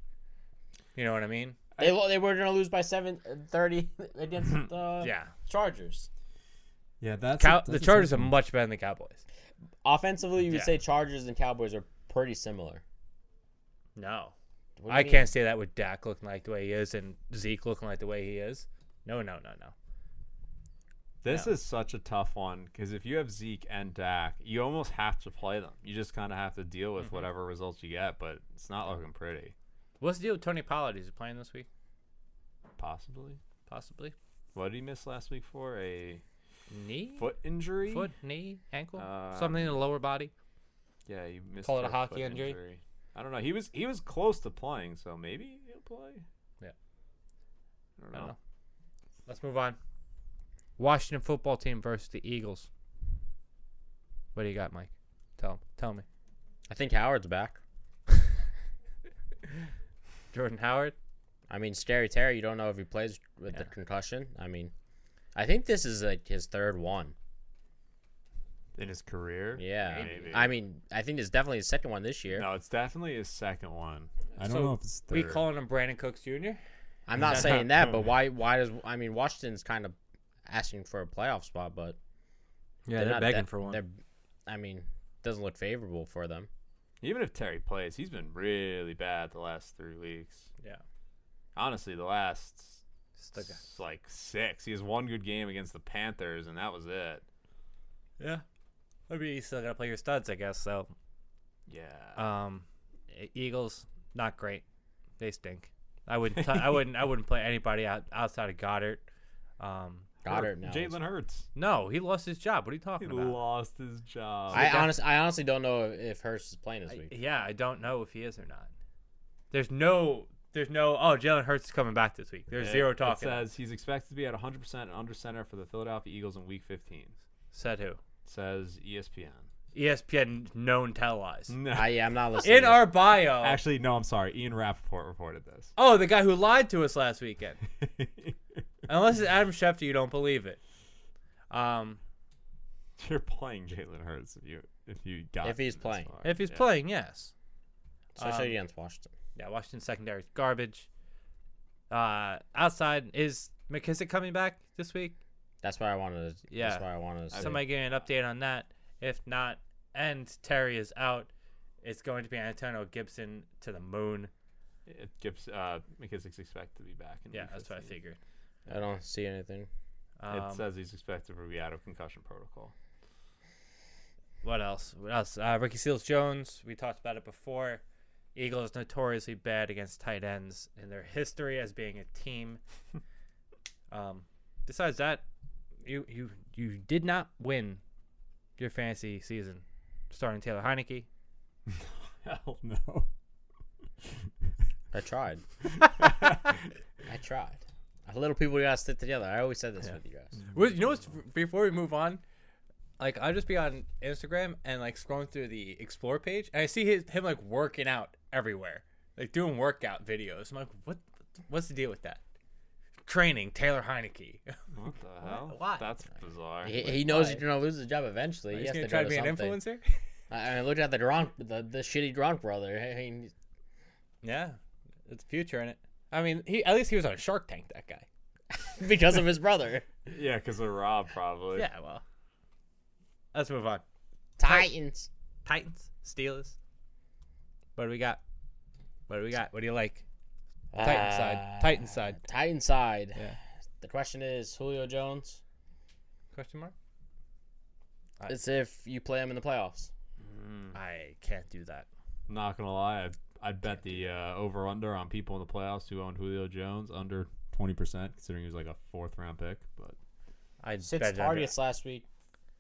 Speaker 2: You know what I mean?
Speaker 1: They lo- they were gonna lose by seven uh, thirty against the
Speaker 2: Yeah.
Speaker 1: Chargers.
Speaker 3: yeah, that's,
Speaker 2: Cow-
Speaker 3: that's
Speaker 2: the
Speaker 3: a
Speaker 2: Chargers are
Speaker 3: tough one.
Speaker 2: much better than the Cowboys.
Speaker 1: Offensively, you would
Speaker 2: Yeah.
Speaker 1: say Chargers and Cowboys are pretty similar.
Speaker 2: No,
Speaker 1: What do you
Speaker 2: I
Speaker 1: mean?
Speaker 2: can't say that with Dak looking like the way he is and Zeke looking like the way he is. No, no, no, no.
Speaker 3: This is such a tough one because if you have Zeke and Dak, you almost have to play them. You just kind of have to deal
Speaker 2: Mm-hmm.
Speaker 3: with whatever results you get, but it's not looking pretty.
Speaker 2: What's the deal with Tony Pollard? Is he playing this week?
Speaker 3: Possibly.
Speaker 2: Possibly
Speaker 3: What did he miss last week for? A
Speaker 2: knee.
Speaker 3: foot injury?
Speaker 2: foot, knee, ankle,
Speaker 3: Uh,
Speaker 2: something in the lower body.
Speaker 3: Yeah, he missed.
Speaker 2: Call it
Speaker 3: for
Speaker 2: a hockey
Speaker 3: foot
Speaker 2: injury?
Speaker 3: I don't know. He was he was close to playing, so maybe he'll play.
Speaker 2: Yeah.
Speaker 3: I don't
Speaker 2: I
Speaker 3: know.
Speaker 2: don't know. Let's move on. Washington football team versus the Eagles. What do you got, Mike? Tell tell me.
Speaker 1: I think Howard's back.
Speaker 2: Jordan Howard.
Speaker 1: I mean, scary Terry. You don't know if he plays with the concussion. I mean, I think this is like his third one.
Speaker 3: In his career?
Speaker 1: Yeah.
Speaker 3: Maybe.
Speaker 1: I mean, I think it's definitely his second one this year.
Speaker 3: No, it's definitely his second one. I don't
Speaker 2: So,
Speaker 3: know if it's third.
Speaker 2: We calling him Brandon Cooks Jr.
Speaker 1: I'm not saying that, but why? Why does I mean Washington's kind of asking for a playoff spot, but
Speaker 2: Yeah,
Speaker 1: not that- They're, I mean, doesn't look favorable for them.
Speaker 3: Even if Terry plays, he's been really bad the last three weeks.
Speaker 2: Yeah.
Speaker 3: Honestly, the last
Speaker 2: Still got-
Speaker 3: s- like six. He has one good game against the Panthers, and that was it.
Speaker 2: Yeah. I mean, you still gotta play your studs, I guess. So,
Speaker 3: Yeah.
Speaker 1: Uh,
Speaker 2: um, E- Eagles not great. They stink. I would. T- I wouldn't. I wouldn't play anybody out, outside of Goddard. Um,
Speaker 1: Goddard now. is-
Speaker 3: Jalen Hurts.
Speaker 2: no, he lost his job. What are you
Speaker 3: He
Speaker 2: talking about?
Speaker 3: lost his job.
Speaker 1: I honestly, I honestly don't know if Hurst is playing this
Speaker 2: I-
Speaker 1: week.
Speaker 2: yeah, I don't know if he is or not. There's no, there's no. Oh, Jalen Hurts is coming back this week. There's
Speaker 3: It-
Speaker 2: zero
Speaker 3: it
Speaker 2: talk. Says,
Speaker 3: says he's expected to be at 100% and under center for the Philadelphia Eagles in Week 15.
Speaker 2: said who?
Speaker 3: Says E ESPN.
Speaker 2: E ESPN known tell lies.
Speaker 3: No.
Speaker 1: I, yeah, I'm not listening.
Speaker 2: In
Speaker 1: to
Speaker 2: our bio.
Speaker 3: Actually, no, I'm sorry. Ian Rappaport reported this.
Speaker 2: oh, the guy who lied to us last weekend. Unless it's Adam Schefter, you don't believe it. Um,
Speaker 3: You're playing Jalen Hurts if you if you got
Speaker 1: If he's
Speaker 3: this
Speaker 1: playing.
Speaker 3: far.
Speaker 2: if he's
Speaker 3: Yeah.
Speaker 2: playing, yes.
Speaker 1: this, especially against Washington.
Speaker 2: Yeah, Washington secondary is garbage. Uh, outside is McKissick coming back this week?
Speaker 1: That's why I wanted. To,
Speaker 2: Yeah.
Speaker 1: That's why I wanted to. say.
Speaker 2: Somebody give me an update on that. If not, and Terry is out, it's going to be Antonio Gibson to the moon.
Speaker 3: It gives uh, McKissick's expected to be back. In
Speaker 2: Yeah,
Speaker 3: week
Speaker 2: that's what I
Speaker 3: 15.
Speaker 2: figured.
Speaker 1: I don't see anything.
Speaker 2: Um,
Speaker 3: it says he's expected to be out of concussion protocol.
Speaker 2: what else? What else? Uh, Ricky Seals Jones. We talked about it before. Eagles notoriously bad against tight ends in their history as being a team. um, besides that, you you you did not win your fantasy season starting Taylor Heineke.
Speaker 3: Hell no.
Speaker 1: I tried. I tried. Little people gotta stick together. I always said this with you guys.
Speaker 2: Well, you know what's before we move on like i just be on instagram and like scrolling through the explore page and i see his, him like working out everywhere like doing workout videos i'm like what what's the deal with that training taylor heineke
Speaker 3: What the hell?
Speaker 2: Why?
Speaker 3: That's bizarre.
Speaker 1: He, he knows
Speaker 2: why?
Speaker 1: he's gonna lose his job eventually.
Speaker 2: he's
Speaker 1: He has
Speaker 2: gonna
Speaker 1: to
Speaker 2: try
Speaker 1: go
Speaker 2: to
Speaker 1: to
Speaker 2: be an
Speaker 1: something.
Speaker 2: influencer
Speaker 1: I, I looked at the Gronk, the, the shitty Gronk brother. I mean,
Speaker 2: yeah it's future in it i mean he at least he was on shark tank that guy
Speaker 1: because of his brother.
Speaker 3: Yeah, because of Rob probably.
Speaker 2: yeah well let's move on
Speaker 1: Titans.
Speaker 2: titans steelers what do we got what do we got what do you like titan side titan side
Speaker 1: Titan side.
Speaker 2: Yeah.
Speaker 1: Ah, The question is Julio Jones.
Speaker 2: question mark
Speaker 1: It's if you play him in the playoffs.
Speaker 2: I can't do that.
Speaker 3: Not gonna lie, I I bet the uh, over under on people in the playoffs who owned Julio Jones under twenty percent, considering he was like a fourth round pick. But
Speaker 2: I
Speaker 1: Six targets last week,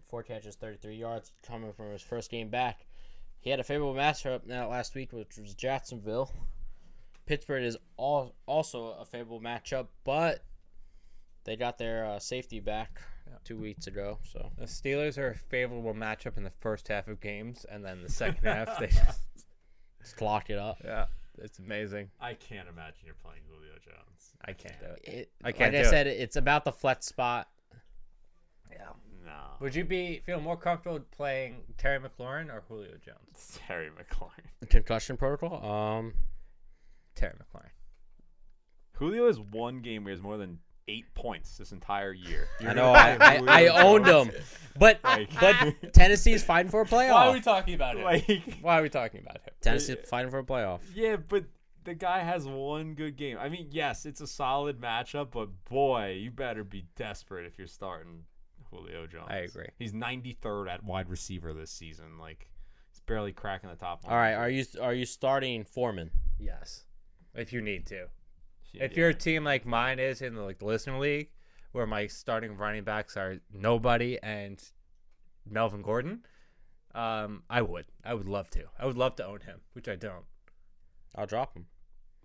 Speaker 1: four catches, 33 yards, coming from his first game back. He had a favorable matchup now last week, which was Jacksonville. Pittsburgh is all, also a favorable matchup, but they got their uh, safety back two weeks ago. So
Speaker 2: The Steelers are a favorable matchup in the first half of games, and then the second half, they just
Speaker 1: just clock it up.
Speaker 2: yeah, it's amazing.
Speaker 3: I can't imagine you're playing Julio Jones.
Speaker 2: I can't do it.
Speaker 1: It,
Speaker 2: I can't
Speaker 1: like
Speaker 2: do
Speaker 1: I
Speaker 2: it.
Speaker 1: said, it's about the flex spot.
Speaker 3: No,
Speaker 2: Would you be feel more comfortable playing Terry McLaurin or Julio Jones?
Speaker 3: it's Terry McLaurin.
Speaker 1: Concussion protocol? Um,
Speaker 2: Terry McLaurin.
Speaker 3: Julio has one game where he has more than eight points this entire year.
Speaker 1: I know I, I, I owned
Speaker 3: Jones.
Speaker 1: them, but
Speaker 3: Like-
Speaker 1: but Tennessee's fighting for a
Speaker 2: Why are
Speaker 1: playoff.
Speaker 2: we talking about him?
Speaker 3: Like,
Speaker 2: Oh. Why are we talking about him?
Speaker 1: Tennessee's fighting for a playoff.
Speaker 3: yeah, but the guy has one good game. I mean, yes, it's a solid matchup, but boy, you better be desperate if you're starting Julio Jones.
Speaker 2: I agree.
Speaker 3: He's 93rd at wide receiver this season. Like, he's barely cracking the top.
Speaker 1: All right, are you are you starting Foreman?
Speaker 2: Yes, if you need to.
Speaker 3: Yeah,
Speaker 2: If you're a team like mine is in the like listener league, where my starting running backs are nobody and Melvin Gordon, um, I would. I would love to. I would love to own him, which I don't.
Speaker 1: I'll drop him.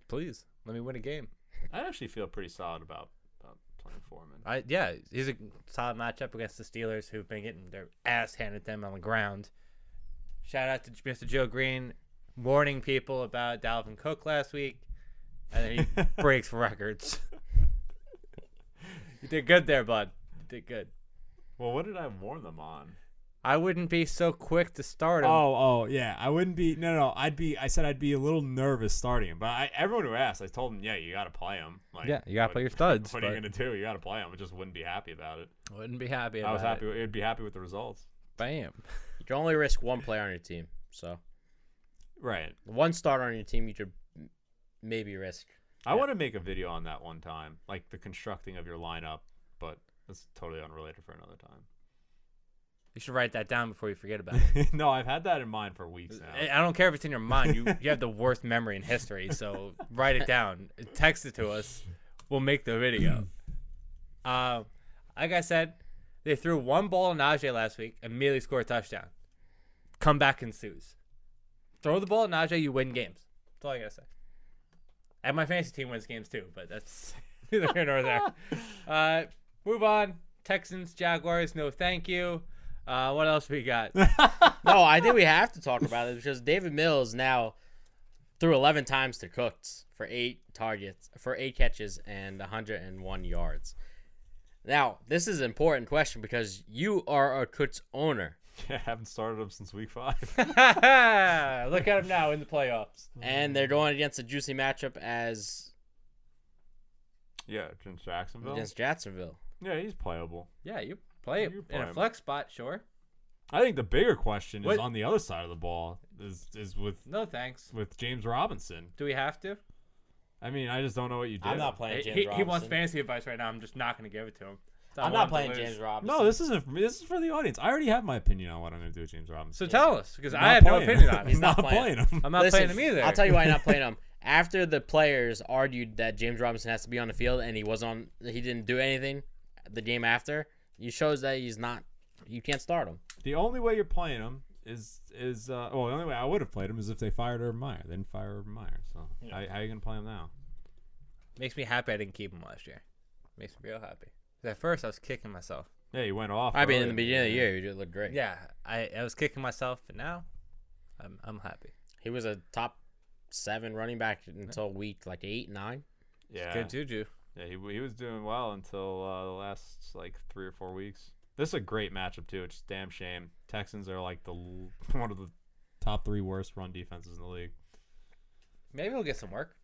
Speaker 2: Please let me win a game.
Speaker 3: I actually feel pretty solid about, about playing Foreman.
Speaker 2: I yeah, he's a solid matchup against the Steelers, who've been getting their ass handed to them on the ground. Shout out to Mr. Joe Green, warning people about Dalvin Cook last week, and then he breaks records. you did good there, bud. You did good.
Speaker 3: Well, what did I warn them on?
Speaker 2: I wouldn't be so quick to start him.
Speaker 3: Oh, oh, yeah. I wouldn't be. No, no. I'd be. I said I'd be a little nervous starting him, but I, everyone who asked, I told them, yeah, you got to play him. Like,
Speaker 2: yeah, you gotta
Speaker 3: what-
Speaker 2: play your studs.
Speaker 3: What
Speaker 2: but
Speaker 3: are you gonna do? You got to play him. I just wouldn't be happy about it.
Speaker 2: Wouldn't be happy. About
Speaker 3: I was happy.
Speaker 2: It.
Speaker 3: It. would be happy with the results.
Speaker 2: Bam.
Speaker 1: You can only risk one player on your team, so
Speaker 3: Right.
Speaker 1: one starter on your team you could m- maybe risk.
Speaker 3: I want to make a video on that one time, like the constructing of your lineup, but that's totally unrelated for another time.
Speaker 2: You should write that down before you forget about it.
Speaker 3: no, I've had that in mind for weeks now.
Speaker 2: I I don't care if it's in your mind. You you have the worst memory in history, so write it down. Text it to us. We'll make the video. Um, like I said, they threw one ball to Najee last week. Immediately scored a touchdown. Comeback ensues. Throw the ball at Najee, you win games. That's all I gotta say. And my fantasy team wins games too, but that's neither here nor there. Uh, move on. Texans, Jaguars, no thank you. Uh, what else we got?
Speaker 1: No, I think we have to talk about it because David Mills now threw 11 times to Cooks for eight targets, for eight catches and 101 yards. Now, this is an important question because you are a Cooks owner.
Speaker 4: I haven't started him since week five.
Speaker 2: Look at him now in the playoffs.
Speaker 1: and they're going against a juicy matchup as
Speaker 4: yeah, against Jacksonville.
Speaker 1: against Jacksonville.
Speaker 4: Yeah, he's playable.
Speaker 2: Yeah, you play it
Speaker 4: You play
Speaker 2: in a
Speaker 4: him.
Speaker 2: flex spot, sure.
Speaker 4: I think the bigger question is
Speaker 2: What-
Speaker 4: on the other side of the ball is is with
Speaker 2: No thanks.
Speaker 4: with James Robinson.
Speaker 2: Do we have to?
Speaker 4: I mean, I just don't know what you do.
Speaker 1: playing
Speaker 2: he, he wants fantasy advice right now. I'm just not going to give it to him. So I
Speaker 1: I'm
Speaker 2: want
Speaker 1: not
Speaker 2: him to
Speaker 1: playing
Speaker 2: lose.
Speaker 1: James Robinson.
Speaker 3: no, this isn't for me. This is for the audience. I already have my opinion on what I'm going to do with James
Speaker 2: So
Speaker 3: Robinson.
Speaker 2: tell us, because
Speaker 3: Not
Speaker 2: I have no
Speaker 3: playing
Speaker 2: opinion
Speaker 3: him.
Speaker 2: on
Speaker 1: He's
Speaker 2: it.
Speaker 1: not
Speaker 3: not
Speaker 1: playing.
Speaker 3: playing him.
Speaker 2: I'm not
Speaker 1: Listen,
Speaker 2: playing him either.
Speaker 1: I'll tell you why I'm not playing him. After the players argued that James Robinson has to be on the field and he was on, he didn't do anything the game after. He shows that he's not. You can't start him.
Speaker 3: The only way you're playing him is is uh, well, the only way I would have played him is if they fired Urban Meyer. They didn't fire Urban Meyer, so how, how you gonna play him now?
Speaker 2: Makes me happy I didn't keep him last year. Makes me real happy. 'Cause at first I was kicking myself.
Speaker 3: Yeah, you went off.
Speaker 1: I mean, in the beginning of the year, he did look great.
Speaker 2: Yeah, I, I was kicking myself, but now I'm I'm happy.
Speaker 1: he was a top seven running back until week like eight, nine.
Speaker 4: Yeah,
Speaker 2: Good juju.
Speaker 4: yeah. He, he was doing well until uh, the last like three or four weeks. This is a great matchup too. It's just a damn shame. Texans are like the l- one of the top three worst run defenses in the league.
Speaker 2: Maybe we'll get some work.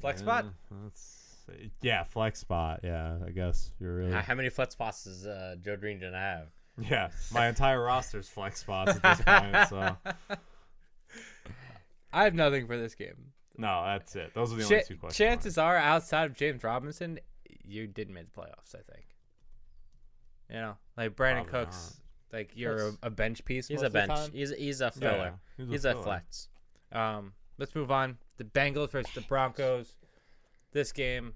Speaker 2: Flex
Speaker 3: Yeah,
Speaker 2: spot.
Speaker 3: That's, yeah, flex spot. Yeah, I guess you're really.
Speaker 1: How- How many flex spots does uh, Joe Green gonna have?
Speaker 3: yeah, my entire roster's flex spots at this point. So
Speaker 2: I have nothing for this game.
Speaker 4: No, that's it. Those are the only
Speaker 2: Ch-
Speaker 4: two questions.
Speaker 2: chances are, outside of James Robinson, you didn't make the playoffs. I think. You know, like Brandon
Speaker 3: Probably
Speaker 2: Cooks, like you're a,
Speaker 1: That's-
Speaker 2: a bench piece.
Speaker 1: He's
Speaker 2: most
Speaker 1: a
Speaker 2: of the
Speaker 1: bench.
Speaker 2: time.
Speaker 1: He's he's a
Speaker 3: Yeah,
Speaker 1: filler.
Speaker 3: he's
Speaker 1: He's a
Speaker 3: filler.
Speaker 1: flex.
Speaker 2: Um, let's move on. The Bengals versus the Broncos. This game,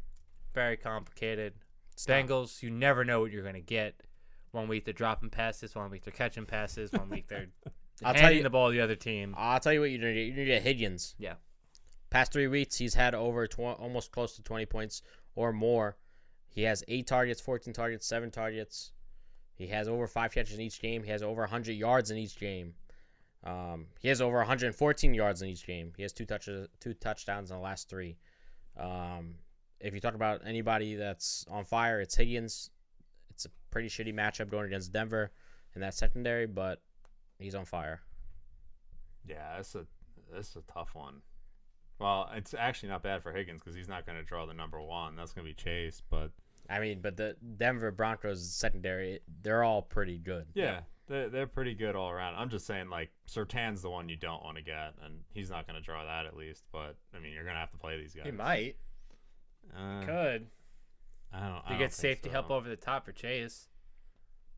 Speaker 2: very complicated. Bengals, you never know what you're gonna get. One week they're dropping passes, one week they're catching passes, one week they're
Speaker 1: I'll tell
Speaker 2: handing
Speaker 1: you-
Speaker 2: the ball to the other team.
Speaker 1: I'll tell you what you're gonna get. You're gonna get Higgins.
Speaker 2: Yeah.
Speaker 1: Past three weeks, he's had over tw- almost close to 20 points or more. He has eight targets, 14 targets, seven targets. He has over five catches in each game. He has over 100 yards in each game. Um, he has over 114 yards in each game. He has two touches, two touchdowns in the last three. Um, if you talk about anybody that's on fire, it's Higgins. It's a pretty shitty matchup going against Denver in that secondary, but he's on fire.
Speaker 4: Yeah, that's a that's a tough one. Well, it's actually not bad for Higgins because he's not going to draw the number one. That's going to be Chase, but
Speaker 1: I mean, but the Denver Broncos secondary, they're all pretty good.
Speaker 4: yeah, they're, they're pretty good all around. I'm just saying, like Sertan's the one you don't want to get, and he's not going to draw that at least. But I mean, you're going to have to play these guys.
Speaker 2: He might.
Speaker 4: Uh,
Speaker 2: Could.
Speaker 4: I don't. I don't
Speaker 2: They get
Speaker 4: think
Speaker 2: safety
Speaker 4: so.
Speaker 2: help over the top for Chase.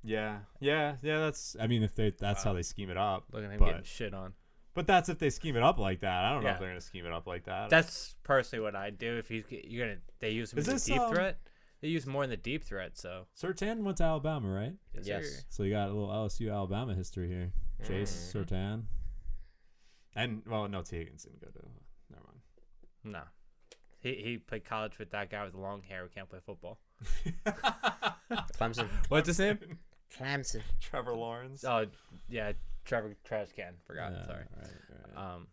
Speaker 4: Yeah, yeah, yeah. That's. I mean, if they that's how they scheme it up.
Speaker 2: Look at him
Speaker 3: But-
Speaker 2: getting shit on.
Speaker 3: But that's if they scheme it up like that. I don't know
Speaker 2: Yeah.
Speaker 3: if they're going to scheme it up like that.
Speaker 2: That's personally what I'd do if he's g- you're gonna. They use him
Speaker 3: Is
Speaker 2: in
Speaker 3: this,
Speaker 2: the deep
Speaker 3: um,
Speaker 2: threat. They use him more in the deep threat. So
Speaker 3: Sertan went to Alabama, right?
Speaker 1: Yes.
Speaker 2: sir.
Speaker 3: So you got a little LSU Alabama history here.
Speaker 4: Mm-hmm.
Speaker 3: Chase Sertan.
Speaker 4: And well, no, T Higgins didn't go to. Never mind.
Speaker 2: no, he he played college with that guy with the long hair who can't play football.
Speaker 1: Clemson.
Speaker 2: What's his name?
Speaker 1: Clemson.
Speaker 4: Trevor Lawrence.
Speaker 2: Oh yeah, Trevor Trash Can. Forgot.
Speaker 3: Yeah,
Speaker 2: Sorry.
Speaker 3: right,
Speaker 4: Uh,
Speaker 3: right.
Speaker 2: Um,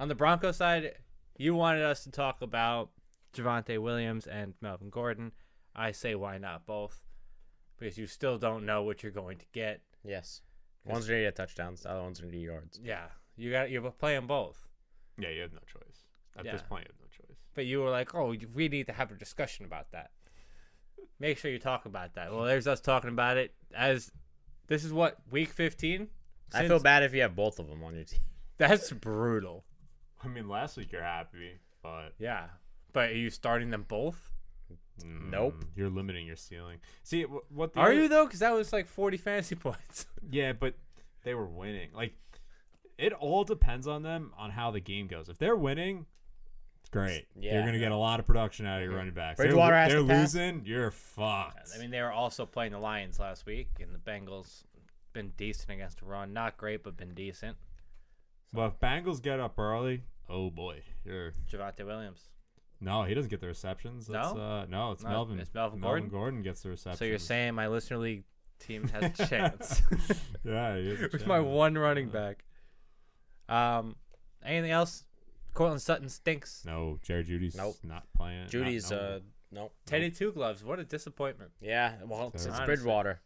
Speaker 2: on the Broncos side, you wanted us to talk about Javante Williams and Melvin Gordon. I say why not both, because you still don't know what you're going to get.
Speaker 1: Yes. One's gonna get touchdowns, the other one's gonna get yards.
Speaker 2: Yeah, you got you're playing both.
Speaker 4: Yeah, you have no choice. At
Speaker 2: Yeah.
Speaker 4: this point, you have no choice.
Speaker 2: But you were like, oh, we need to have a discussion about that. Make sure you talk about that. Well, there's us talking about it. As this is what week 15.
Speaker 1: I feel
Speaker 2: Since-
Speaker 1: bad if you have both of them on your team.
Speaker 2: That's brutal.
Speaker 4: I mean, last week you're happy, but
Speaker 2: Yeah, but are you starting them both?
Speaker 1: Nope.
Speaker 4: mm, You're limiting your ceiling. See wh- what? The
Speaker 2: Are
Speaker 4: other-
Speaker 2: you though? Because that was like 40 fantasy points.
Speaker 4: Yeah, but they were winning. Like it all depends on them on how the game goes. If they're winning,
Speaker 3: Great.
Speaker 1: Yeah.
Speaker 3: You're going to get a lot of production out of your running backs. They're-
Speaker 1: Bridgewater has
Speaker 3: they're
Speaker 1: to pass.
Speaker 3: losing. You're fucked.
Speaker 2: I mean, they were also playing the Lions last week, and the Bengals been decent against the run. Not great, but been decent.
Speaker 3: but if Bengals get up early, oh boy, you're
Speaker 2: Javante Williams.
Speaker 3: No, he doesn't get the receptions. That's,
Speaker 2: No?
Speaker 3: uh, no, it's
Speaker 2: No,
Speaker 3: Melvin.
Speaker 2: it's Melvin Gordon?
Speaker 3: gets the receptions.
Speaker 2: So you're saying my listener league team has a chance
Speaker 3: yeah, he is a
Speaker 2: with my
Speaker 3: champ.
Speaker 2: one running back. Um, anything else? Cortland Sutton stinks.
Speaker 3: No, Jerry Judy's
Speaker 1: Nope.
Speaker 3: not playing. not-
Speaker 1: Judy's
Speaker 3: no.
Speaker 1: uh no.
Speaker 2: Teddy Two Gloves. What a disappointment.
Speaker 1: Yeah, well it's, it's
Speaker 2: Honestly.
Speaker 1: Bridgewater.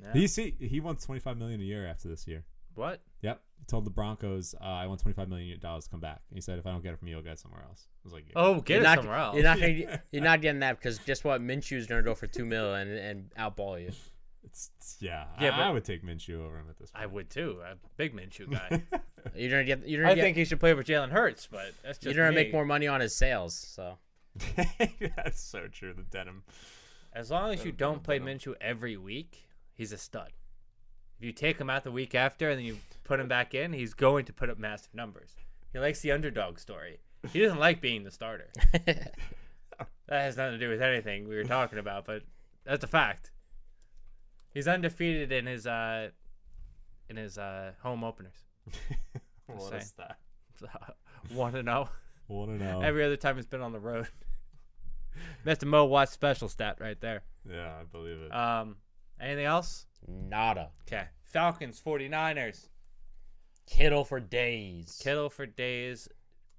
Speaker 2: Yeah.
Speaker 3: He see he wants twenty five million a year after this year.
Speaker 2: What?
Speaker 3: Yep. He told the Broncos, uh, "I want twenty five million dollars to come back." And he said, "If I don't get it from you, I'll get it somewhere else." I was like, yeah.
Speaker 2: Oh, get
Speaker 1: you're
Speaker 2: it
Speaker 1: not,
Speaker 2: somewhere else.
Speaker 1: You're not gonna, get- you're not getting that because guess what? Minshew's gonna go for two mil and and outball you.
Speaker 3: it's, it's- yeah,
Speaker 2: Yeah,
Speaker 3: I,
Speaker 2: but-
Speaker 3: I would take Minshew over him at this point."
Speaker 2: I would too. I'm a big Minshew guy.
Speaker 1: You're gonna get you're gonna
Speaker 2: I
Speaker 1: get,
Speaker 2: think he should play for Jalen Hurts, but that's just
Speaker 1: you're gonna
Speaker 2: me.
Speaker 1: make more money on his sales. So
Speaker 3: That's so true. The denim.
Speaker 2: As long as you
Speaker 4: Better,
Speaker 2: don't play
Speaker 4: better,
Speaker 2: Minshew every week, he's a stud. If you take him out the week after and then you put him back in, he's going to put up massive numbers. He likes the underdog story. He doesn't like being the starter. That has nothing to do with anything we were talking about, but that's a fact. He's undefeated in his uh in his uh home openers.
Speaker 4: What
Speaker 2: Same.
Speaker 4: is that?
Speaker 2: One and zero.
Speaker 3: Want to know?
Speaker 2: Every other time he's been on the road. That's a Mo Watts special stat right there.
Speaker 3: yeah, I believe it.
Speaker 2: Um, anything else?
Speaker 1: nada.
Speaker 2: Okay. Falcons, 49ers.
Speaker 1: Kittle for days.
Speaker 2: Kittle for days.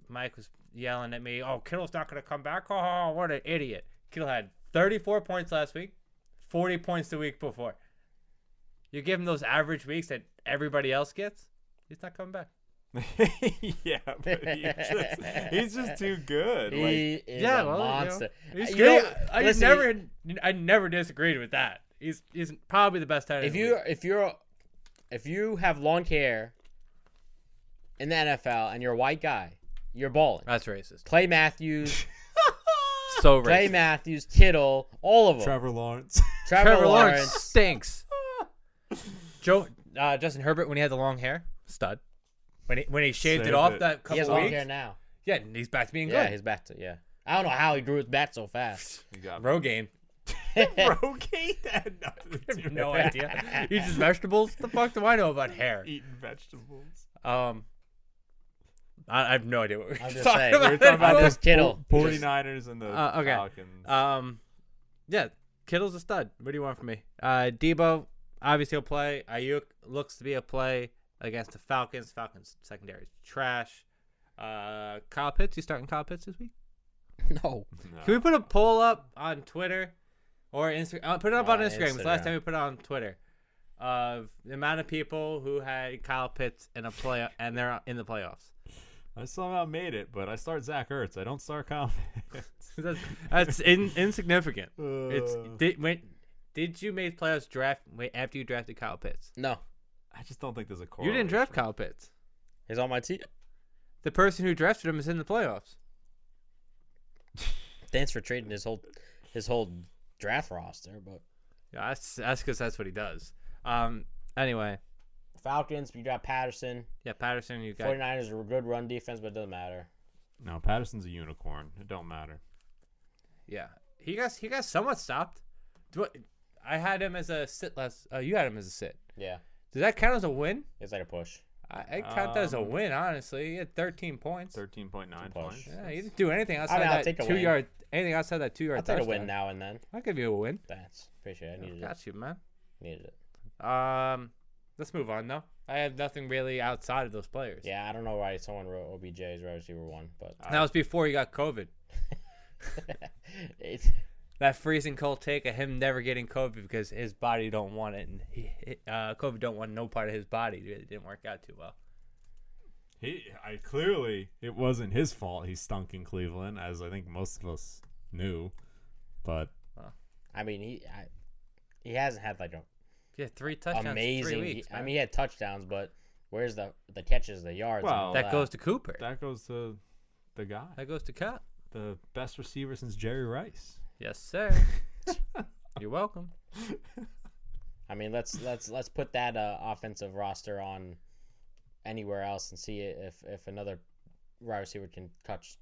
Speaker 2: Mike was yelling at me, oh, Kittle's not going to come back. Oh, what an idiot. Kittle had 34 points last week, 40 points the week before. You give him those average weeks that everybody else gets, he's not coming back.
Speaker 4: yeah, but he just, he's just too good. Like,
Speaker 1: He is
Speaker 2: yeah,
Speaker 1: a
Speaker 2: well, you know,
Speaker 1: monster.
Speaker 2: He's
Speaker 1: Uh, You
Speaker 2: great.
Speaker 1: know,
Speaker 2: I
Speaker 1: listen,
Speaker 2: never I never disagreed with that. He's, he's probably the best tight end.
Speaker 1: If
Speaker 2: in the
Speaker 1: you
Speaker 2: league.
Speaker 1: if you're if you have long hair in the NFL and you're a white guy, you're balling.
Speaker 2: That's racist.
Speaker 1: Clay Matthews,
Speaker 2: So racist.
Speaker 1: Clay Matthews, Kittle, all of them.
Speaker 3: Trevor Lawrence.
Speaker 1: Trevor,
Speaker 2: Trevor
Speaker 1: Lawrence.
Speaker 2: Lawrence stinks. Joe uh, Justin Herbert when he had the long hair, stud. When he when he shaved it
Speaker 4: Saved
Speaker 2: off
Speaker 4: it.
Speaker 2: that
Speaker 1: He
Speaker 2: couple
Speaker 1: has long
Speaker 2: weeks,
Speaker 1: hair now.
Speaker 2: yeah, and he's back to being
Speaker 1: Yeah,
Speaker 2: good.
Speaker 1: he's back to yeah. I don't know how he grew his back so fast.
Speaker 4: you got
Speaker 2: Rogaine,
Speaker 4: Rogaine had nothing to
Speaker 2: I have no idea. He just vegetables. The fuck do I know about hair?
Speaker 4: eating vegetables.
Speaker 2: Um, I, I have no idea what we we're
Speaker 1: I'm
Speaker 2: talking
Speaker 1: just saying.
Speaker 2: about.
Speaker 1: We're talking about
Speaker 2: anymore.
Speaker 1: this Kittle.
Speaker 4: 49ers and the
Speaker 2: Uh, okay.
Speaker 4: Falcons.
Speaker 2: Um, yeah, Kittle's a stud. What do you want from me? Uh, Debo, obviously he'll play. Ayuk looks to be a play against the Falcons. Falcons secondary is trash. Uh, Kyle Pitts, you starting Kyle Pitts this week?
Speaker 1: No.
Speaker 4: No.
Speaker 2: Can we put a poll up on Twitter or Instagram? Uh, put it up on,
Speaker 1: On
Speaker 2: Instagram. It's the last
Speaker 1: Instagram.
Speaker 2: time we put it on Twitter of the amount of people who had Kyle Pitts in a play and they're in the playoffs.
Speaker 4: I somehow made it, but I start Zach Ertz. I don't start Kyle. Pitts.
Speaker 2: that's that's in, insignificant. It's
Speaker 1: Uh.
Speaker 4: Uh.
Speaker 2: did when did you make playoffs draft wait, after you drafted Kyle Pitts?
Speaker 1: No.
Speaker 4: I just don't think there's a
Speaker 2: You
Speaker 4: correlation.
Speaker 2: didn't draft Kyle Pitts.
Speaker 1: He's on my team.
Speaker 2: The person who drafted him is in the playoffs.
Speaker 1: Thanks for trading his whole his whole draft roster, but
Speaker 2: Yeah, that's that's because that's what he does. Um. Anyway,
Speaker 1: Falcons, you got Patterson.
Speaker 2: yeah, Patterson, you got
Speaker 1: 49ers are a good run defense, but it doesn't matter.
Speaker 4: No, Patterson's a unicorn. It don't matter.
Speaker 2: yeah. He got he got somewhat stopped. Do I, I had him as a sit last. Uh, you had him as a sit.
Speaker 1: Yeah.
Speaker 2: Does that count as a win?
Speaker 1: It's like a push.
Speaker 2: I, I count that as a
Speaker 4: Um,
Speaker 2: win. Honestly, he had 13 points.
Speaker 4: Thirteen point nine
Speaker 1: Push.
Speaker 4: points.
Speaker 2: Yeah, he didn't do anything outside
Speaker 1: I'll
Speaker 2: that
Speaker 1: take a
Speaker 2: two
Speaker 1: win.
Speaker 2: yard. Anything outside that two yard.
Speaker 1: I'll take a
Speaker 2: touchdown.
Speaker 1: win now and then.
Speaker 2: I'll give you a win.
Speaker 1: Thanks. Appreciate it. I needed it.
Speaker 2: Got you, man.
Speaker 1: Needed it.
Speaker 2: Um, let's move on though. I have nothing really outside of those players.
Speaker 1: Yeah, I don't know why someone wrote OBJ as wide receiver one, but
Speaker 2: that was before he got COVID.
Speaker 1: it's
Speaker 2: That freezing cold take of him never getting COVID because his body don't want it, and he, uh, COVID don't want no part of his body. It didn't work out too well.
Speaker 3: He, I clearly, it wasn't his fault. He stunk in Cleveland, as I think most of us knew. But
Speaker 1: I mean he I, he hasn't had like a
Speaker 2: Yeah, three touchdowns,
Speaker 1: amazing.
Speaker 2: amazing. Three weeks,
Speaker 1: I
Speaker 2: man.
Speaker 1: mean, he had touchdowns, but where's the the catches, the yards? and
Speaker 4: Well,
Speaker 1: all
Speaker 2: that goes to Cooper. That,
Speaker 4: That goes to the guy,
Speaker 2: goes to Cup.
Speaker 4: the best receiver since Jerry Rice.
Speaker 2: Yes, sir. You're welcome.
Speaker 1: I mean, let's let's let's put that uh, offensive roster on anywhere else and see if if another wide receiver can catch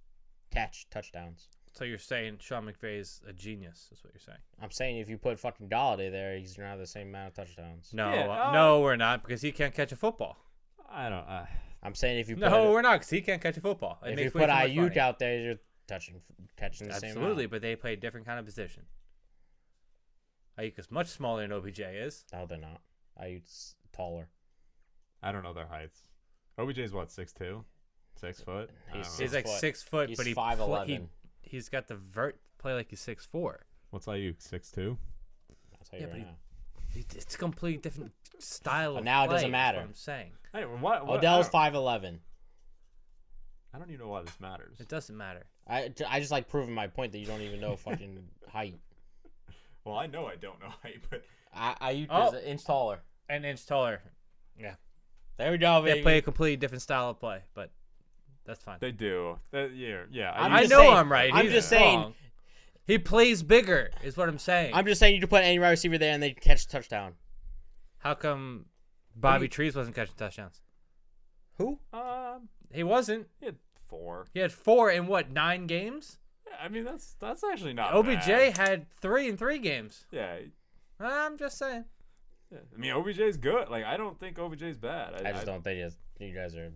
Speaker 1: catch touchdowns.
Speaker 2: So you're saying Sean McVay's a genius? Is what you're saying?
Speaker 1: I'm saying if you put fucking Galladay there, he's gonna have the same amount of touchdowns.
Speaker 2: No,
Speaker 4: Yeah,
Speaker 2: uh,
Speaker 4: uh,
Speaker 2: no, we're not because he can't catch a football.
Speaker 4: I don't. I,
Speaker 1: I'm saying if you put
Speaker 2: No, we're not because he can't catch a football.
Speaker 1: if
Speaker 2: It
Speaker 1: you
Speaker 2: makes way
Speaker 1: put
Speaker 2: too much
Speaker 1: Ayuk
Speaker 2: money.
Speaker 1: out there, you're touching catching the same.
Speaker 2: Absolutely,
Speaker 1: amount.
Speaker 2: but they play a different kind of position. Ayuk is much smaller than OBJ is.
Speaker 1: No, they're not. Ayuk's taller.
Speaker 4: I don't know their heights. OBJ's what six two, six foot. I
Speaker 1: He's
Speaker 4: don't know.
Speaker 1: six-
Speaker 2: He's like
Speaker 1: foot.
Speaker 2: six foot,
Speaker 1: He's
Speaker 2: but he
Speaker 1: 5'11".
Speaker 2: He, he's got the vert play like he's six four.
Speaker 4: What's IU six two?
Speaker 1: I'll tell you
Speaker 2: Yeah, but
Speaker 1: right
Speaker 2: he-
Speaker 1: now.
Speaker 2: It's a completely different style.
Speaker 1: But
Speaker 2: of
Speaker 1: now it doesn't
Speaker 2: play, is what
Speaker 1: matter.
Speaker 2: I'm saying
Speaker 4: Hey, what, what,
Speaker 1: Odell's
Speaker 4: I don't-
Speaker 1: five eleven.
Speaker 4: I don't even know why this matters.
Speaker 2: it doesn't matter.
Speaker 1: I, I just like proving my point that you don't even know fucking height.
Speaker 4: Well, I know I don't know height, but
Speaker 1: I, Ayuk
Speaker 2: Oh.
Speaker 1: is an inch taller.
Speaker 2: An inch taller.
Speaker 1: There we go,
Speaker 2: They
Speaker 1: baby.
Speaker 2: play a completely different style of play, but that's fine.
Speaker 4: they do. That, yeah, yeah.
Speaker 1: I'm
Speaker 2: I
Speaker 1: just
Speaker 2: know
Speaker 1: saying-
Speaker 2: I'm right.
Speaker 1: I'm
Speaker 2: He's
Speaker 1: just saying-
Speaker 2: wrong. He plays bigger, is what I'm saying.
Speaker 1: I'm just saying you could put any wide receiver there and they catch a touchdown.
Speaker 2: How come Bobby Trees wasn't catching touchdowns?
Speaker 1: Who?
Speaker 4: um,
Speaker 2: He wasn't.
Speaker 4: he had four.
Speaker 2: He had four in what nine games?
Speaker 4: Yeah, I mean, that's that's actually not
Speaker 2: OBJ
Speaker 4: bad.
Speaker 2: had three in three games.
Speaker 4: Yeah,
Speaker 2: I'm just saying.
Speaker 4: yeah. I mean, OBJ's good. Like, I don't think OBJ's bad. I,
Speaker 1: I just
Speaker 4: I-
Speaker 1: don't think it's- you guys are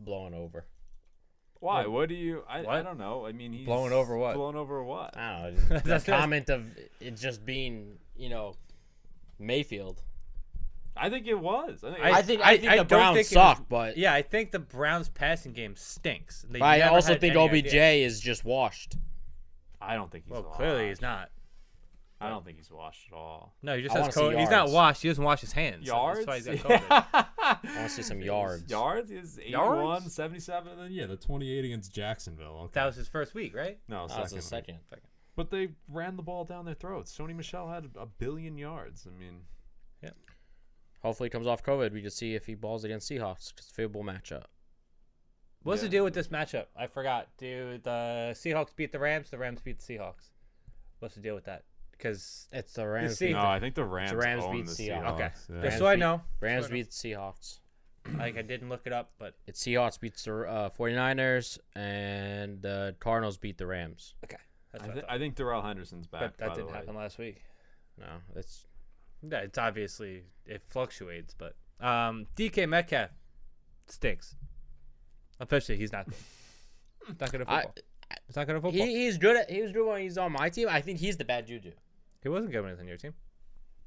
Speaker 1: blowing over.
Speaker 4: Why? What do you? I, I
Speaker 2: What?
Speaker 4: don't know. I mean, he's
Speaker 2: Blowing over what?
Speaker 4: Blown over what?
Speaker 1: I don't know. The
Speaker 2: That's-
Speaker 1: comment of it just being, you know, Mayfield.
Speaker 4: I think it was. I think.
Speaker 1: I
Speaker 4: I,
Speaker 1: think- I think the
Speaker 2: don't
Speaker 1: Browns
Speaker 2: think it
Speaker 1: suck,
Speaker 2: was-
Speaker 1: but-
Speaker 2: yeah, I think the Browns passing game stinks. They
Speaker 1: But I
Speaker 2: never
Speaker 1: also
Speaker 2: had
Speaker 1: think
Speaker 2: any
Speaker 1: OBJ
Speaker 2: idea.
Speaker 1: is just washed.
Speaker 4: I don't think he's.
Speaker 2: Well,
Speaker 4: washed.
Speaker 2: clearly he's not.
Speaker 4: I don't think he's washed at all.
Speaker 2: No, he just
Speaker 1: I
Speaker 2: has
Speaker 1: wanna see
Speaker 2: COVID. He's not
Speaker 1: yards.
Speaker 2: washed. He doesn't wash his hands.
Speaker 4: Yards.
Speaker 2: That's why he's got COVID.
Speaker 4: Yeah.
Speaker 1: I want to see some yards.
Speaker 4: Yards is 81,
Speaker 2: Yards?
Speaker 4: 77, and then yeah.
Speaker 3: Yeah, the 28 against Jacksonville. Okay.
Speaker 2: That was his first week, right?
Speaker 4: No,
Speaker 1: That was the
Speaker 4: second.
Speaker 1: second.
Speaker 4: But they ran the ball down their throats. Sony Michelle had a billion yards. I mean,
Speaker 1: Hopefully, he comes off COVID. We can see if he balls against Seahawks. It's a favorable matchup.
Speaker 2: What's
Speaker 4: Yeah.
Speaker 2: the deal with this matchup? I forgot. Do the Seahawks beat the Rams? The Rams beat the Seahawks. What's the deal with that? Because
Speaker 1: It's the Rams.
Speaker 2: see-
Speaker 1: Beat,
Speaker 4: no, I think the Rams,
Speaker 1: Rams
Speaker 4: own
Speaker 1: beat
Speaker 4: Oh, the
Speaker 1: Seahawks.
Speaker 4: Seahawks.
Speaker 2: okay,
Speaker 4: yeah.
Speaker 2: just
Speaker 1: Rams
Speaker 2: so I
Speaker 1: beat-
Speaker 2: know.
Speaker 1: Rams
Speaker 2: Sort of.
Speaker 1: beat the Seahawks.
Speaker 2: Like I didn't look it up, but
Speaker 1: It's Seahawks beats the uh, 49ers, and the Cardinals beat the Rams.
Speaker 2: that's
Speaker 4: I,
Speaker 2: what I
Speaker 4: th-
Speaker 2: thought.
Speaker 4: I think Darrell Henderson's back.
Speaker 2: But
Speaker 4: by
Speaker 2: that
Speaker 4: the
Speaker 2: didn't
Speaker 4: way.
Speaker 2: happen last week.
Speaker 1: No, that's
Speaker 2: Yeah, it's obviously it fluctuates, but um, DK Metcalf stinks. Officially, he's not. He's not good at
Speaker 1: I-
Speaker 2: football. he's not good at football. He,
Speaker 1: he, he's good. At, he was good when he's on my team. I think he's the bad juju.
Speaker 2: wasn't good when he was on your team.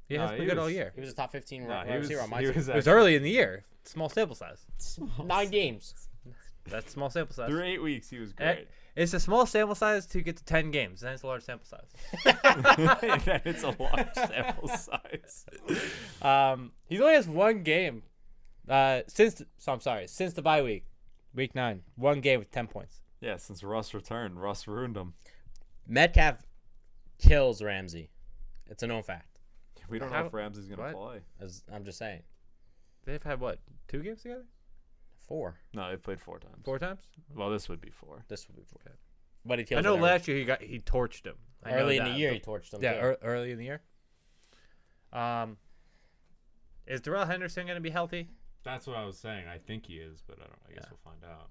Speaker 2: He
Speaker 4: No,
Speaker 2: hasn't been
Speaker 4: he
Speaker 2: good all
Speaker 4: was-
Speaker 2: year.
Speaker 1: He was a top 15
Speaker 4: No,
Speaker 1: wide
Speaker 4: he was,
Speaker 1: receiver on my
Speaker 4: he
Speaker 1: team.
Speaker 4: was
Speaker 2: It was
Speaker 4: actually-
Speaker 2: early in the year. Small sample size.
Speaker 1: Nine games.
Speaker 2: That's small sample size.
Speaker 4: Through eight weeks, he was
Speaker 2: Eh,
Speaker 4: great.
Speaker 2: It's a small sample size to get to 10 games. Then it's a large sample size.
Speaker 4: That it's a large sample size.
Speaker 2: Um, he's only has one game uh, since, so I'm sorry, since the bye week, week nine. One game with 10 points.
Speaker 4: Yeah, since Russ returned, Russ ruined him.
Speaker 1: Metcalf kills Ramsey. It's a known fact.
Speaker 4: We don't know
Speaker 2: How-
Speaker 4: if Ramsey's going to
Speaker 2: what?
Speaker 4: play.
Speaker 1: As I'm just saying,
Speaker 2: They've had what, two games together?
Speaker 1: four.
Speaker 4: No, they played four times.
Speaker 2: Four times?
Speaker 4: Well, this would be four.
Speaker 1: This would be four. But he
Speaker 2: I
Speaker 1: kills.
Speaker 2: know
Speaker 1: it early.
Speaker 2: last year he got he torched him. I know
Speaker 1: early in the
Speaker 2: that,
Speaker 1: year
Speaker 2: but-
Speaker 1: he torched them.
Speaker 2: Yeah,
Speaker 1: too.
Speaker 2: ear- early in the year. Um, is Darrell Henderson going to be healthy?
Speaker 4: That's what I was saying. I think he is, but I don't. I guess
Speaker 2: Yeah.
Speaker 4: we'll find out.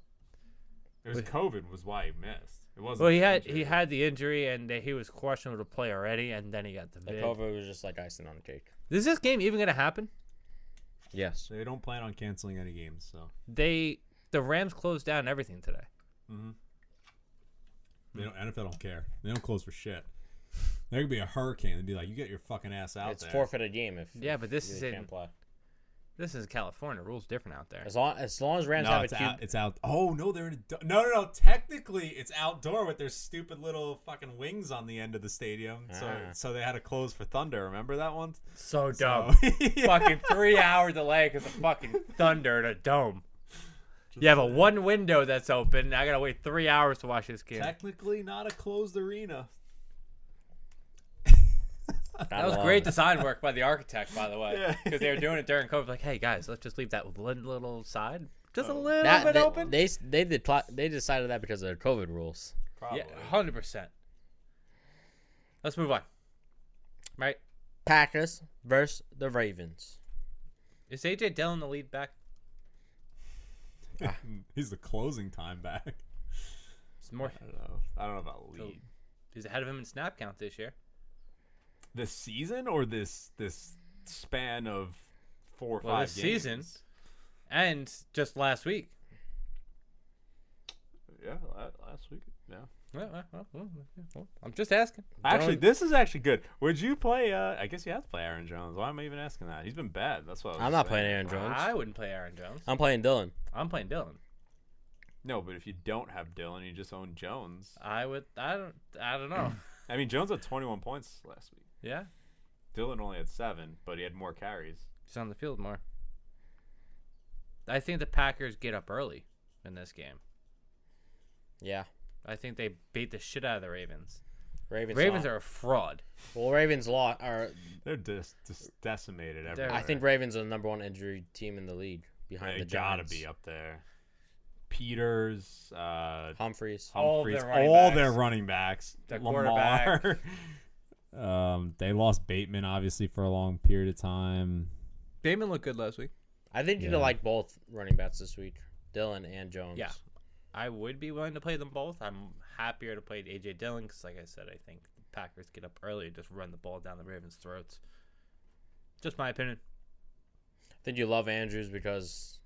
Speaker 4: It was COVID, was why he missed. It wasn't.
Speaker 2: Well, he had
Speaker 4: injury.
Speaker 2: he had the injury and he was questionable to play already, and then he got the
Speaker 1: the
Speaker 2: vid.
Speaker 1: COVID was just like icing on the cake.
Speaker 2: Is this game even going to happen?
Speaker 1: Yes.
Speaker 3: They don't plan on canceling any games, so
Speaker 2: they the Rams closed down everything today.
Speaker 3: they don't, NFL don't care. They don't close for shit. There could be a hurricane. They'd be like, "You get your fucking ass out
Speaker 1: It's
Speaker 3: there."
Speaker 1: forfeited game if
Speaker 2: Yeah, but this
Speaker 1: you
Speaker 2: is
Speaker 1: can't
Speaker 2: in-
Speaker 1: play.
Speaker 2: This is California. Rules different out there.
Speaker 1: As long as long as Rams
Speaker 3: No,
Speaker 1: have
Speaker 3: it's
Speaker 1: a
Speaker 3: out,
Speaker 1: Q,
Speaker 3: it's out. Oh no, they're in a, do- no, no, no. Technically, it's outdoor with their stupid little fucking wings on the end of the stadium. So,
Speaker 1: Ah.
Speaker 3: so they had to close for thunder. Remember that one?
Speaker 2: So
Speaker 3: So- Yeah.
Speaker 2: fucking three hour delay because of fucking thunder in a dome. you have a one window that's open. I gotta wait three hours to watch this game.
Speaker 3: Technically, not a closed arena.
Speaker 2: that was great design work by the architect, by the way,
Speaker 4: Yeah.
Speaker 2: because they were doing it during COVID. Like, hey guys, let's just leave that one little side just a little
Speaker 1: Oh. That,
Speaker 2: bit
Speaker 1: they,
Speaker 2: open.
Speaker 1: They they did plot, they decided that because of the COVID rules.
Speaker 3: Probably.
Speaker 1: Oh.
Speaker 2: yeah, hundred percent. Let's move on. Right?
Speaker 1: Packers versus the Ravens.
Speaker 2: Is AJ Dillon the lead back?
Speaker 3: He's the closing time back.
Speaker 2: It's more.
Speaker 4: I don't know. I don't know about lead
Speaker 2: He's ahead of him in snap count this year.
Speaker 4: this season or this this span of four or
Speaker 2: Well,
Speaker 4: five
Speaker 2: this season.
Speaker 4: games?
Speaker 2: And just last week,
Speaker 4: Yeah, la- last week. Yeah.
Speaker 2: I'm just asking.
Speaker 3: Actually,
Speaker 1: Don't-
Speaker 3: this is actually good. Would you play? Uh, I guess you have to play Aaron Jones. Why am I even asking that? He's been bad. That's
Speaker 2: Oh,
Speaker 3: what I was
Speaker 1: I'm
Speaker 3: just
Speaker 1: not
Speaker 3: saying.
Speaker 1: playing Aaron Jones.
Speaker 2: I wouldn't play Aaron Jones.
Speaker 1: I'm playing Dylan.
Speaker 2: I'm playing Dylan.
Speaker 3: No, but if you don't have Dylan, you just own Jones.
Speaker 2: I would. I don't. I don't know.
Speaker 3: I mean, Jones had 21 points last week.
Speaker 2: yeah,
Speaker 3: Dylan only had seven, but he had more carries.
Speaker 2: he's on the field more. I think the Packers get up early in this game.
Speaker 1: Yeah.
Speaker 2: I think they beat the shit out of the Ravens.
Speaker 1: Ravens.
Speaker 2: Ravens
Speaker 1: lost.
Speaker 2: are a fraud.
Speaker 1: well. Ravens lost. Are
Speaker 3: They're just, just decimated.
Speaker 2: They're-
Speaker 3: Everywhere.
Speaker 1: I think Ravens are the number one injury team in the league behind
Speaker 3: they
Speaker 1: the
Speaker 3: gotta
Speaker 1: Giants.
Speaker 3: be up there. Peters, uh,
Speaker 1: Humphreys.
Speaker 2: All
Speaker 3: Humphreys,
Speaker 2: their running
Speaker 5: all
Speaker 2: backs.
Speaker 5: their running backs.
Speaker 2: The
Speaker 5: Lamar. um, they lost Bateman obviously for a long period of time.
Speaker 2: Damon looked good last week.
Speaker 1: I think you
Speaker 5: Yeah.
Speaker 1: like both running backs this week, Dylan and Jones.
Speaker 2: Yeah. I would be willing to play them both. I'm happier to play AJ Dillon because, like I said, I think the Packers get up early and just run the ball down the Ravens' throats. Just my opinion.
Speaker 1: I think you love Andrews because.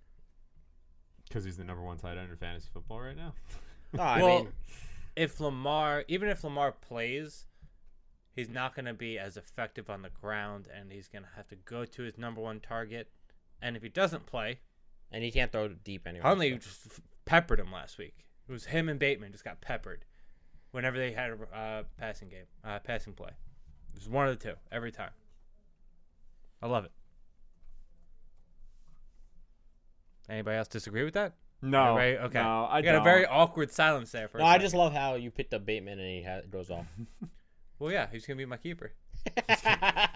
Speaker 3: because he's the number one tight end in fantasy football right now.
Speaker 1: No, I
Speaker 2: well,
Speaker 1: mean,
Speaker 2: if Lamar, even if Lamar plays, he's not going to be as effective on the ground, and he's going to have to go to his number one target. And if he doesn't play,
Speaker 1: and he can't throw deep anyway.
Speaker 2: Huntley
Speaker 1: so-
Speaker 2: just f- peppered him last week. It was him and Bateman just got peppered whenever they had a uh, passing game, uh, passing play. It was one of the two every time. I love it. Anybody else disagree with that?
Speaker 3: No,
Speaker 2: Everybody- okay.
Speaker 3: No, I
Speaker 2: we got
Speaker 3: don't.
Speaker 2: a very awkward silence there. For a
Speaker 1: No, I
Speaker 2: second.
Speaker 1: just love how you picked up Bateman and he ha- goes off.
Speaker 2: Well, yeah, he's gonna be my keeper.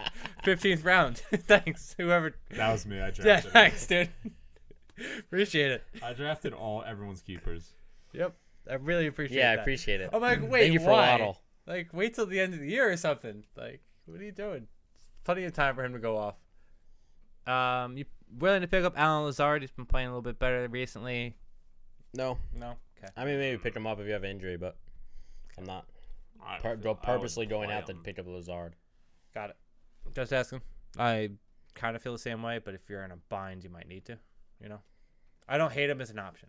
Speaker 2: Fifteenth round. thanks, whoever.
Speaker 5: That was me. I
Speaker 2: Yeah,
Speaker 5: drafted.
Speaker 2: thanks, dude. appreciate it.
Speaker 5: I drafted all everyone's keepers.
Speaker 2: Yep, I really appreciate.
Speaker 1: yeah, I
Speaker 2: that.
Speaker 1: appreciate it.
Speaker 2: I'm like, wait,
Speaker 1: Thank you for
Speaker 2: why?
Speaker 1: Waddle.
Speaker 2: Like, wait till the end of the year or something. Like, what are you doing? Plenty of time for him to go off. Um, you willing to pick up Alan Lazard? He's been playing a little bit better recently.
Speaker 1: No,
Speaker 2: No. Okay.
Speaker 1: I mean maybe pick him up if you have an injury, but I'm not
Speaker 3: I
Speaker 1: pur-
Speaker 3: would- I would
Speaker 1: purposely going
Speaker 3: play
Speaker 1: out to
Speaker 3: him.
Speaker 1: pick up Lazard.
Speaker 2: Got it. Just asking. I kind of feel the same way, but if you're in a bind, you might need to. You know, I don't hate him as an option.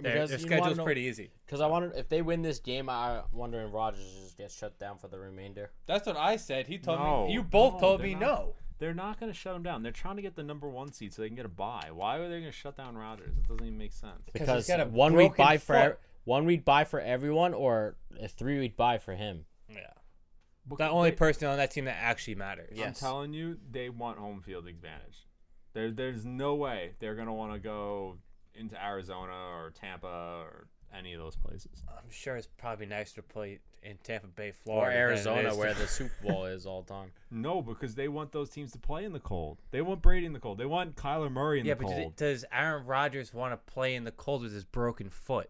Speaker 2: Their,
Speaker 1: Because
Speaker 2: their
Speaker 1: you wanna
Speaker 2: schedule's
Speaker 1: know-
Speaker 2: pretty easy.
Speaker 1: Because I wonder if they win this game, I wonder if Rogers just gets shut down for the remainder.
Speaker 2: That's what I said. He told
Speaker 3: No,
Speaker 2: me. You both
Speaker 3: no,
Speaker 2: told
Speaker 3: they're
Speaker 2: me
Speaker 3: not.
Speaker 2: no.
Speaker 3: They're not going to shut him down. They're trying to get the number one seed so they can get a bye. Why are they going to shut down Rodgers? It doesn't even make sense.
Speaker 2: Because he's
Speaker 1: Because
Speaker 2: got a
Speaker 1: one week
Speaker 2: broken
Speaker 1: buy for e-
Speaker 2: foot.
Speaker 1: one week buy for everyone, or a three week buy for him.
Speaker 2: Yeah. The only
Speaker 3: They-
Speaker 2: person on that team that actually matters.
Speaker 1: Yeah.
Speaker 3: I'm
Speaker 1: Yes.
Speaker 3: telling you, they want home field advantage. There, there's no way they're going to want to go into Arizona or Tampa or any of those places.
Speaker 2: I'm sure it's probably nicer to play in Tampa Bay,
Speaker 1: Or
Speaker 2: Florida, than it
Speaker 1: Arizona,
Speaker 2: is to-
Speaker 1: where the Super Bowl is all the time.
Speaker 3: No, because they want those teams to play in the cold. They want Brady in the cold. They want Kyler Murray in
Speaker 2: yeah,
Speaker 3: the
Speaker 2: but
Speaker 3: cold.
Speaker 2: does, does Aaron Rodgers want to play in the cold with his broken foot?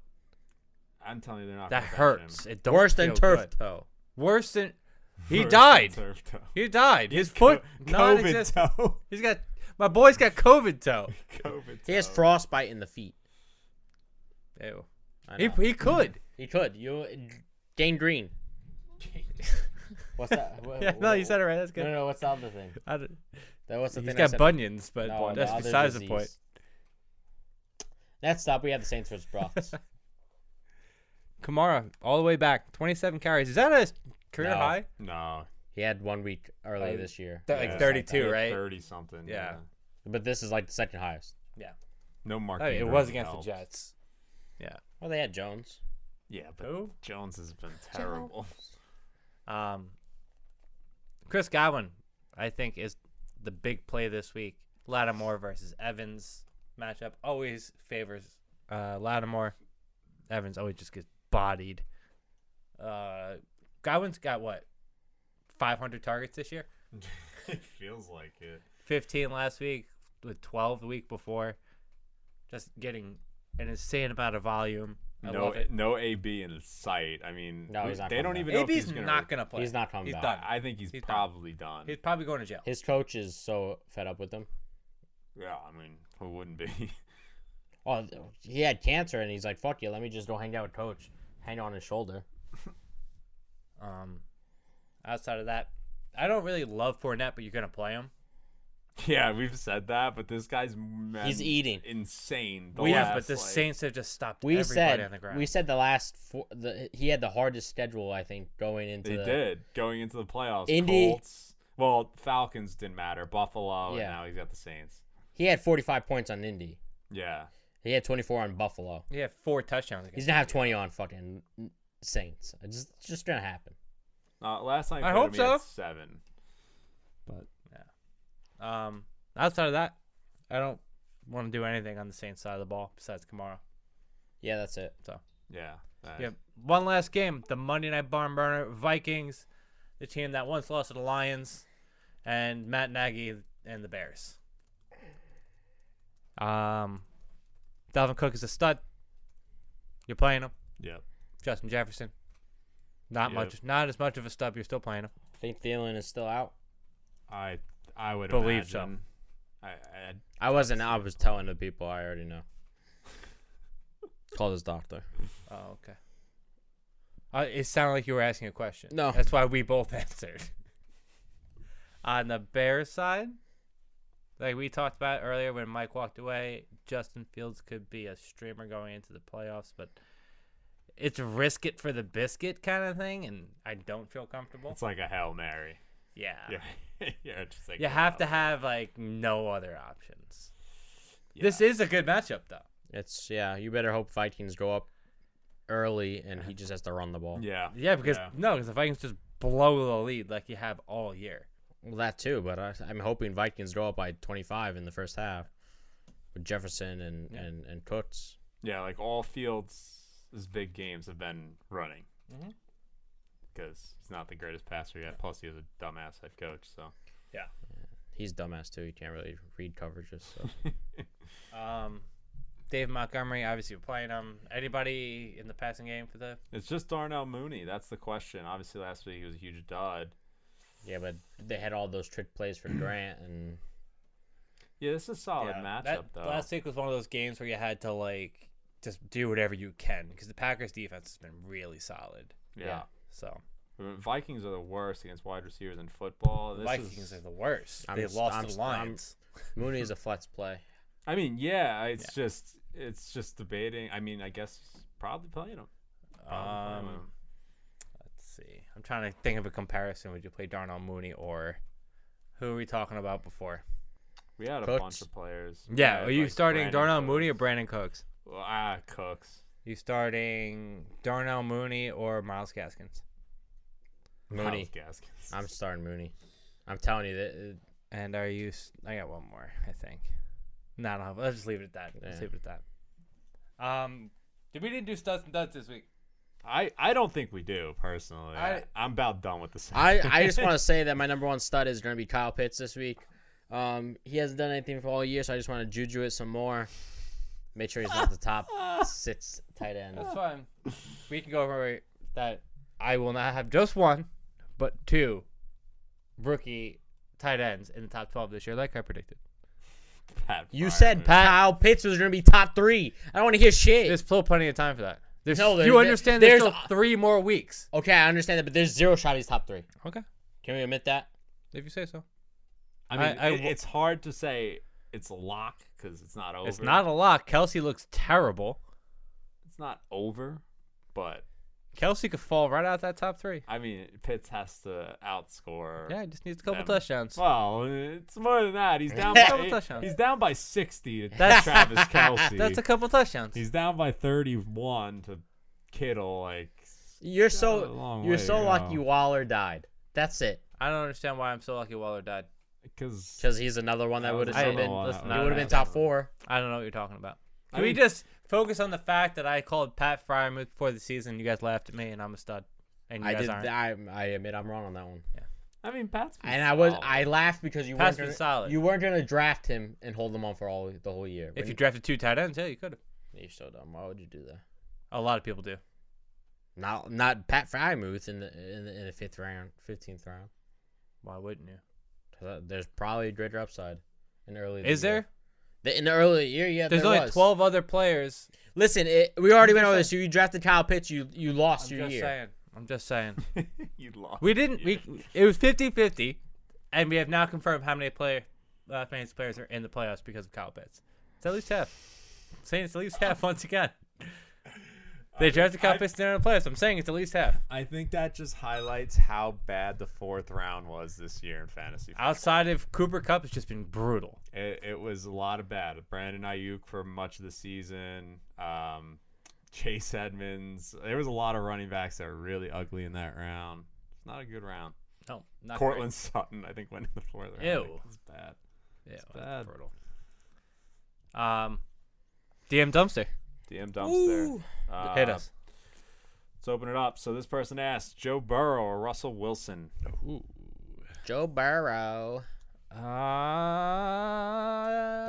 Speaker 3: I'm telling you, they're not.
Speaker 2: That
Speaker 3: gonna bench him.
Speaker 2: hurts. It don't
Speaker 1: Worse than
Speaker 2: feel
Speaker 1: turf
Speaker 2: good.
Speaker 1: toe.
Speaker 2: Worse than he
Speaker 3: Hurts on
Speaker 2: died.
Speaker 3: turf, though.
Speaker 2: He died. His foot
Speaker 5: COVID
Speaker 2: non-existent.
Speaker 5: toe.
Speaker 2: He's got my boy's got COVID toe.
Speaker 3: COVID
Speaker 1: He has
Speaker 3: toe.
Speaker 1: frostbite in the feet.
Speaker 2: Ew.
Speaker 1: I
Speaker 2: He,
Speaker 1: know.
Speaker 2: he could.
Speaker 1: He could. You Dane Green. What's that? Wha-
Speaker 2: yeah, no, you said it right. That's
Speaker 1: No, Oh, no,
Speaker 2: good.
Speaker 1: no, what's the other thing?
Speaker 2: I don't-
Speaker 1: That what's the
Speaker 2: He's
Speaker 1: thing? I
Speaker 2: got
Speaker 1: said?
Speaker 2: bunions, but
Speaker 1: No,
Speaker 2: that's
Speaker 1: other
Speaker 2: besides the
Speaker 1: disease.
Speaker 2: point.
Speaker 1: Next up, we have the Saints versus Broncos.
Speaker 2: Kamara all the way back, 27 carries. Is that a career
Speaker 1: No.
Speaker 2: high?
Speaker 3: No,
Speaker 1: he had one week earlier
Speaker 2: Uh,
Speaker 1: this year,
Speaker 2: th- like
Speaker 1: Yeah.
Speaker 2: 32,
Speaker 3: They're
Speaker 2: right?
Speaker 3: Thirty something.
Speaker 2: Yeah.
Speaker 1: but this is like the second highest.
Speaker 3: No Mark.
Speaker 2: Oh, it
Speaker 3: Ingram
Speaker 2: was against
Speaker 3: helps.
Speaker 2: the Jets.
Speaker 1: Well, they had Jones.
Speaker 3: Yeah, but
Speaker 2: Who?
Speaker 3: Jones has been terrible.
Speaker 2: Um, Chris Godwin, I think, is the big play this week. Lattimore versus Evans matchup always favors uh, Lattimore. Evans always just gets bodied. Uh, Godwin's got what? 500 targets this year?
Speaker 3: it feels like it.
Speaker 2: 15 last week, with 12 the week before. Just getting an insane amount of volume. I
Speaker 3: no,
Speaker 2: love it.
Speaker 3: no AB in sight. I mean,
Speaker 1: No, he's not
Speaker 3: they don't
Speaker 1: coming
Speaker 3: even know if
Speaker 2: AB's
Speaker 3: he's gonna.
Speaker 2: not going to play.
Speaker 1: He's not coming
Speaker 2: He's
Speaker 1: back.
Speaker 2: done.
Speaker 3: I think he's,
Speaker 2: He's done.
Speaker 3: probably done.
Speaker 2: He's probably going to jail.
Speaker 1: His coach is so fed up with him.
Speaker 3: Yeah, I mean, who wouldn't be?
Speaker 1: Oh, th- he had cancer, and he's like, "Fuck you, let me just go hang out with coach, hang on his shoulder."
Speaker 2: Um, outside of that, I don't really love Fournette, but you're gonna play him.
Speaker 3: Yeah, we've said that, but this guy's man,
Speaker 1: He's eating.
Speaker 3: insane.
Speaker 2: We have, but
Speaker 3: last,
Speaker 2: the
Speaker 3: Oh, like-
Speaker 2: Saints have just stopped
Speaker 1: We
Speaker 2: everybody
Speaker 1: said
Speaker 2: on the ground.
Speaker 1: we said the last four. The, he had the hardest schedule I think going into
Speaker 3: they
Speaker 1: the,
Speaker 3: did going into the playoffs.
Speaker 1: Indy-
Speaker 3: Colts. Well, Falcons didn't matter. Buffalo,
Speaker 1: Yeah.
Speaker 3: and now he's got the Saints.
Speaker 1: He had 45 points on Indy.
Speaker 3: Yeah,
Speaker 1: He had 24 on Buffalo.
Speaker 2: yeah, four touchdowns.
Speaker 1: He's
Speaker 2: Against
Speaker 1: gonna have 20 on fucking Saints. It's just, it's just gonna happen.
Speaker 3: uh, last night
Speaker 2: I
Speaker 3: voted
Speaker 2: hope
Speaker 3: me
Speaker 2: so.
Speaker 3: at seven.
Speaker 6: But
Speaker 2: um, outside of that, I don't want to do anything on the Saints side of the ball besides Kamara.
Speaker 1: Yeah, that's it.
Speaker 3: Yeah. that-
Speaker 2: Yep. One last game, the Monday Night Barn Burner Vikings, the team that once lost to the Lions, and Matt Nagy and the Bears. Um, Dalvin Cook is a stud. You're playing him.
Speaker 3: Yep.
Speaker 2: Justin Jefferson, not
Speaker 3: Yep.
Speaker 2: much, not as much of a stud. but You're still playing him.
Speaker 1: I think Thielen is still out.
Speaker 3: I I would
Speaker 2: Believe so.
Speaker 3: imagine. I, I
Speaker 1: I wasn't. I was telling the people. I already know. Called his doctor.
Speaker 2: Oh, okay. Uh, it sounded like you were asking a question.
Speaker 1: No.
Speaker 2: That's why we both answered. On the Bears side, like we talked about earlier when Mike walked away, Justin Fields could be a streamer going into the playoffs, but it's risk it for the biscuit kind of thing, and I don't feel comfortable.
Speaker 3: it's like a hail mary.
Speaker 2: Yeah.
Speaker 3: Yeah. yeah. Just like
Speaker 2: You have to have, like, no other options. This is a good matchup, though.
Speaker 1: It's yeah. You better hope Vikings go up early, and he just has to run the ball.
Speaker 3: Yeah.
Speaker 2: Yeah, because
Speaker 3: Yeah.
Speaker 2: no, because the Vikings just blow the lead like you have all year.
Speaker 1: Well, that too. But I, I'm hoping Vikings go up by 25 in the first half with Jefferson and
Speaker 2: Yeah.
Speaker 1: and and Cooks.
Speaker 3: Yeah, like all Fields' big games have been running.
Speaker 2: Mhm.
Speaker 3: Because he's not the greatest passer yet. Plus, he has a dumbass head coach. So
Speaker 1: He's dumbass too. He can't really read coverages. So.
Speaker 2: Um, Dave Montgomery, obviously we're playing him. Anybody in the passing game for the?
Speaker 3: it's just Darnell Mooney. That's the question. Obviously, last week he was a huge dud.
Speaker 1: yeah, but they had all those trick plays for Grant and.
Speaker 3: Yeah, this is a solid matchup
Speaker 2: that,
Speaker 3: though.
Speaker 2: Last week was one of those games where you had to like just do whatever you can because the Packers defense has been really solid.
Speaker 3: yeah.
Speaker 2: So
Speaker 3: I mean, Vikings are the worst against wide receivers in football.
Speaker 2: the
Speaker 3: This
Speaker 2: Vikings
Speaker 3: is,
Speaker 2: are the worst.
Speaker 1: I'm
Speaker 2: they
Speaker 1: s-
Speaker 2: lost
Speaker 1: I'm
Speaker 2: to
Speaker 1: s-
Speaker 2: the Lions.
Speaker 1: Mooney is a flex play.
Speaker 3: I mean, yeah, it's just it's just debating. I mean, I guess probably playing him. Probably
Speaker 2: Um,
Speaker 3: playing him.
Speaker 2: let's see. I'm trying to think of a comparison. Would you play Darnell Mooney or who are we talking about before?
Speaker 3: We had a
Speaker 1: Cooks?
Speaker 3: bunch of players. We
Speaker 2: Yeah,
Speaker 3: had,
Speaker 2: are you
Speaker 3: like,
Speaker 2: starting
Speaker 3: Brandon
Speaker 2: Darnell
Speaker 3: Cooks.
Speaker 2: Mooney or Brandon Cooks?
Speaker 3: Well, Ah, Cooks.
Speaker 2: You starting Darnell Mooney or Miles Gaskins?
Speaker 1: Mooney.
Speaker 3: Miles Gaskins.
Speaker 1: I'm starting Mooney. I'm telling you that uh,
Speaker 2: And are you? s- I got one more. I think. No, I don't have. Let's just leave it at that. Let's
Speaker 1: Yeah.
Speaker 2: leave it at that. Um, did we didn't do studs and duds this week?
Speaker 3: I, I don't think we do personally. I,
Speaker 2: I-
Speaker 3: I'm about done with this.
Speaker 1: I, I just want to say that my number one stud is going to be Kyle Pitts this week. Um, he hasn't done anything for all year, so I just want to juju it some more. Make sure he's not the top six tight end.
Speaker 2: That's fine. we can go over that. I will not have just one, but two rookie tight ends in the top twelve this year, like I predicted.
Speaker 3: Pat
Speaker 1: You
Speaker 3: Fryer.
Speaker 1: said Kyle Pitts was going to be top three. I don't want to hear shit.
Speaker 2: There's still plenty of time for that. There's,
Speaker 1: No, there-
Speaker 2: you
Speaker 1: there-
Speaker 2: understand. There's,
Speaker 1: there's-
Speaker 2: still three more weeks.
Speaker 1: okay, I understand that, but there's zero shot he's top three.
Speaker 2: Okay,
Speaker 1: Can we admit that?
Speaker 2: if you say so.
Speaker 3: I mean,
Speaker 2: I- I
Speaker 3: it-
Speaker 2: w-
Speaker 3: it's hard to say it's a lock because it's not over.
Speaker 2: It's not a lot. Kelsey looks terrible.
Speaker 3: It's not over, but
Speaker 2: Kelsey could fall right out that top three.
Speaker 3: I mean, Pitts has to outscore.
Speaker 2: Yeah, he just needs a couple
Speaker 3: them.
Speaker 2: touchdowns.
Speaker 3: Well, it's more than that. He's down.
Speaker 2: Couple
Speaker 3: by,
Speaker 2: touchdowns.
Speaker 3: he's down by 60 to
Speaker 2: That's-
Speaker 3: Travis Kelsey.
Speaker 2: That's a couple touchdowns.
Speaker 3: he's down by 31 to Kittle. Like,
Speaker 1: You're
Speaker 3: a
Speaker 1: so
Speaker 3: long
Speaker 1: you're
Speaker 3: way
Speaker 1: so
Speaker 3: to
Speaker 1: lucky.
Speaker 3: go.
Speaker 1: Waller died. That's it.
Speaker 2: I don't understand why I'm so lucky Waller died.
Speaker 3: because
Speaker 1: Because he's another one that would
Speaker 2: I
Speaker 1: have been.
Speaker 2: didn't-
Speaker 1: He
Speaker 2: listen,
Speaker 1: would have been top four.
Speaker 2: I don't know what you're talking about. Can
Speaker 3: I
Speaker 2: we
Speaker 3: mean-
Speaker 2: just focus on the fact that I called Pat Fryermuth before the season? You guys laughed at me, and I'm a stud. And you
Speaker 1: I
Speaker 2: guys
Speaker 1: did.
Speaker 2: aren't.
Speaker 1: I, I admit I'm wrong on that one.
Speaker 3: I mean, Pat's. been
Speaker 1: And I was
Speaker 3: solid.
Speaker 1: I laughed because you
Speaker 2: Pat's
Speaker 1: weren't gonna,
Speaker 2: been solid.
Speaker 1: you weren't gonna draft him and hold him on for all the whole year.
Speaker 2: If
Speaker 1: When-
Speaker 2: you drafted two tight ends, yeah, you could have.
Speaker 1: you're so dumb, why would you do that?
Speaker 2: A lot of people do.
Speaker 1: Not not Pat Frymuth in the in the, in the fifth round, fifteenth round.
Speaker 2: Why wouldn't you?
Speaker 1: 'Cause, uh, There's probably a greater upside in early.
Speaker 2: Is
Speaker 1: year.
Speaker 2: there?
Speaker 1: The- in the early year? Yeah,
Speaker 2: There's
Speaker 1: there
Speaker 2: only
Speaker 1: was.
Speaker 2: 12 other players.
Speaker 1: Listen, it, we already went
Speaker 2: just
Speaker 1: over this. You drafted Kyle Pitts. You you lost
Speaker 2: I'm
Speaker 1: your
Speaker 2: just
Speaker 1: year.
Speaker 2: saying. I'm just saying.
Speaker 3: you lost.
Speaker 2: We didn't. We it was 50-50, and we have now confirmed how many player uh, fantasy players are in the playoffs because of Kyle Pitts. It's at least half. I'm saying it's at least half once again. They drafted Kyle
Speaker 3: I-
Speaker 2: Pitts they're in the playoffs. I'm saying it's at least half.
Speaker 3: I think that just highlights how bad the fourth round was this year in fantasy.
Speaker 2: Outside of Cooper Cup, it's just been brutal.
Speaker 3: It, it was a lot of bad. Brandon Ayuk for much of the season. Um, Chase Edmonds. There was a lot of running backs that were really ugly in that round. It's not a good round.
Speaker 2: No, not
Speaker 3: Cortland Sutton, I think, went in the fourth round. Like,
Speaker 2: Ew.
Speaker 3: It's bad.
Speaker 2: great. Yeah, well,
Speaker 3: bad.
Speaker 2: brutal. Um, DM dumpster
Speaker 3: DM dumpster.
Speaker 1: Ooh.
Speaker 3: Uh,
Speaker 2: hit us.
Speaker 3: Let's open it up. So this person asked Joe Burrow or Russell Wilson.
Speaker 1: Joe Burrow.
Speaker 2: Uh,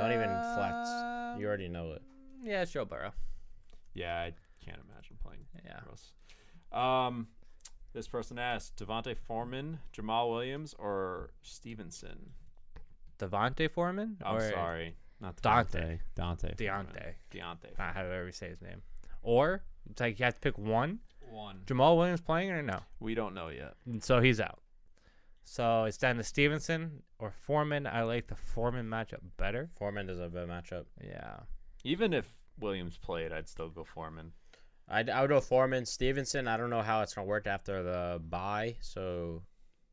Speaker 1: Don't even flex. You already know it.
Speaker 2: Um, Yeah, Joe Burrow.
Speaker 3: Yeah, I can't imagine playing
Speaker 2: Yeah.
Speaker 3: Russ. Um, this person asked Devontae Foreman, Jamal Williams, or Stevenson.
Speaker 2: Devontae Foreman?
Speaker 3: I'm
Speaker 2: or
Speaker 3: sorry, not
Speaker 2: Dante.
Speaker 7: Dante.
Speaker 2: Deontay.
Speaker 3: Deontay.
Speaker 2: Not how to ever say his name. Or, it's like you have to pick one.
Speaker 3: One.
Speaker 2: Jamal Williams playing or no?
Speaker 3: We don't know yet.
Speaker 2: And so he's out. So it's down to Stevenson or Foreman. I like the Foreman matchup better.
Speaker 1: Foreman is a bad matchup.
Speaker 2: Yeah.
Speaker 3: Even if Williams played, I'd still go Foreman.
Speaker 1: I'd, I would go Foreman. Stevenson, I don't know how it's going to work after the bye. So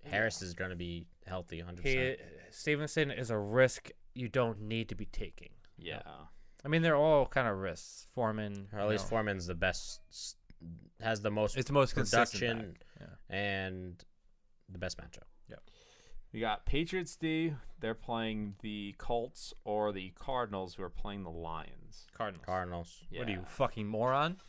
Speaker 1: Harris is going to be healthy 100%.
Speaker 2: He, Stevenson is a risk you don't need to be taking.
Speaker 3: Yeah.
Speaker 2: I mean, they're all kind of risks. Foreman.
Speaker 1: or at
Speaker 2: you
Speaker 1: least
Speaker 2: know,
Speaker 1: Foreman's the best, s- has the most
Speaker 2: It's the most consistent. back.
Speaker 1: production and the best matchup.
Speaker 3: We got Patriots D. They're playing the Colts or the Cardinals, who are playing the Lions.
Speaker 2: Cardinals.
Speaker 1: Cardinals.
Speaker 2: What are you,
Speaker 3: Yeah.
Speaker 2: fucking moron?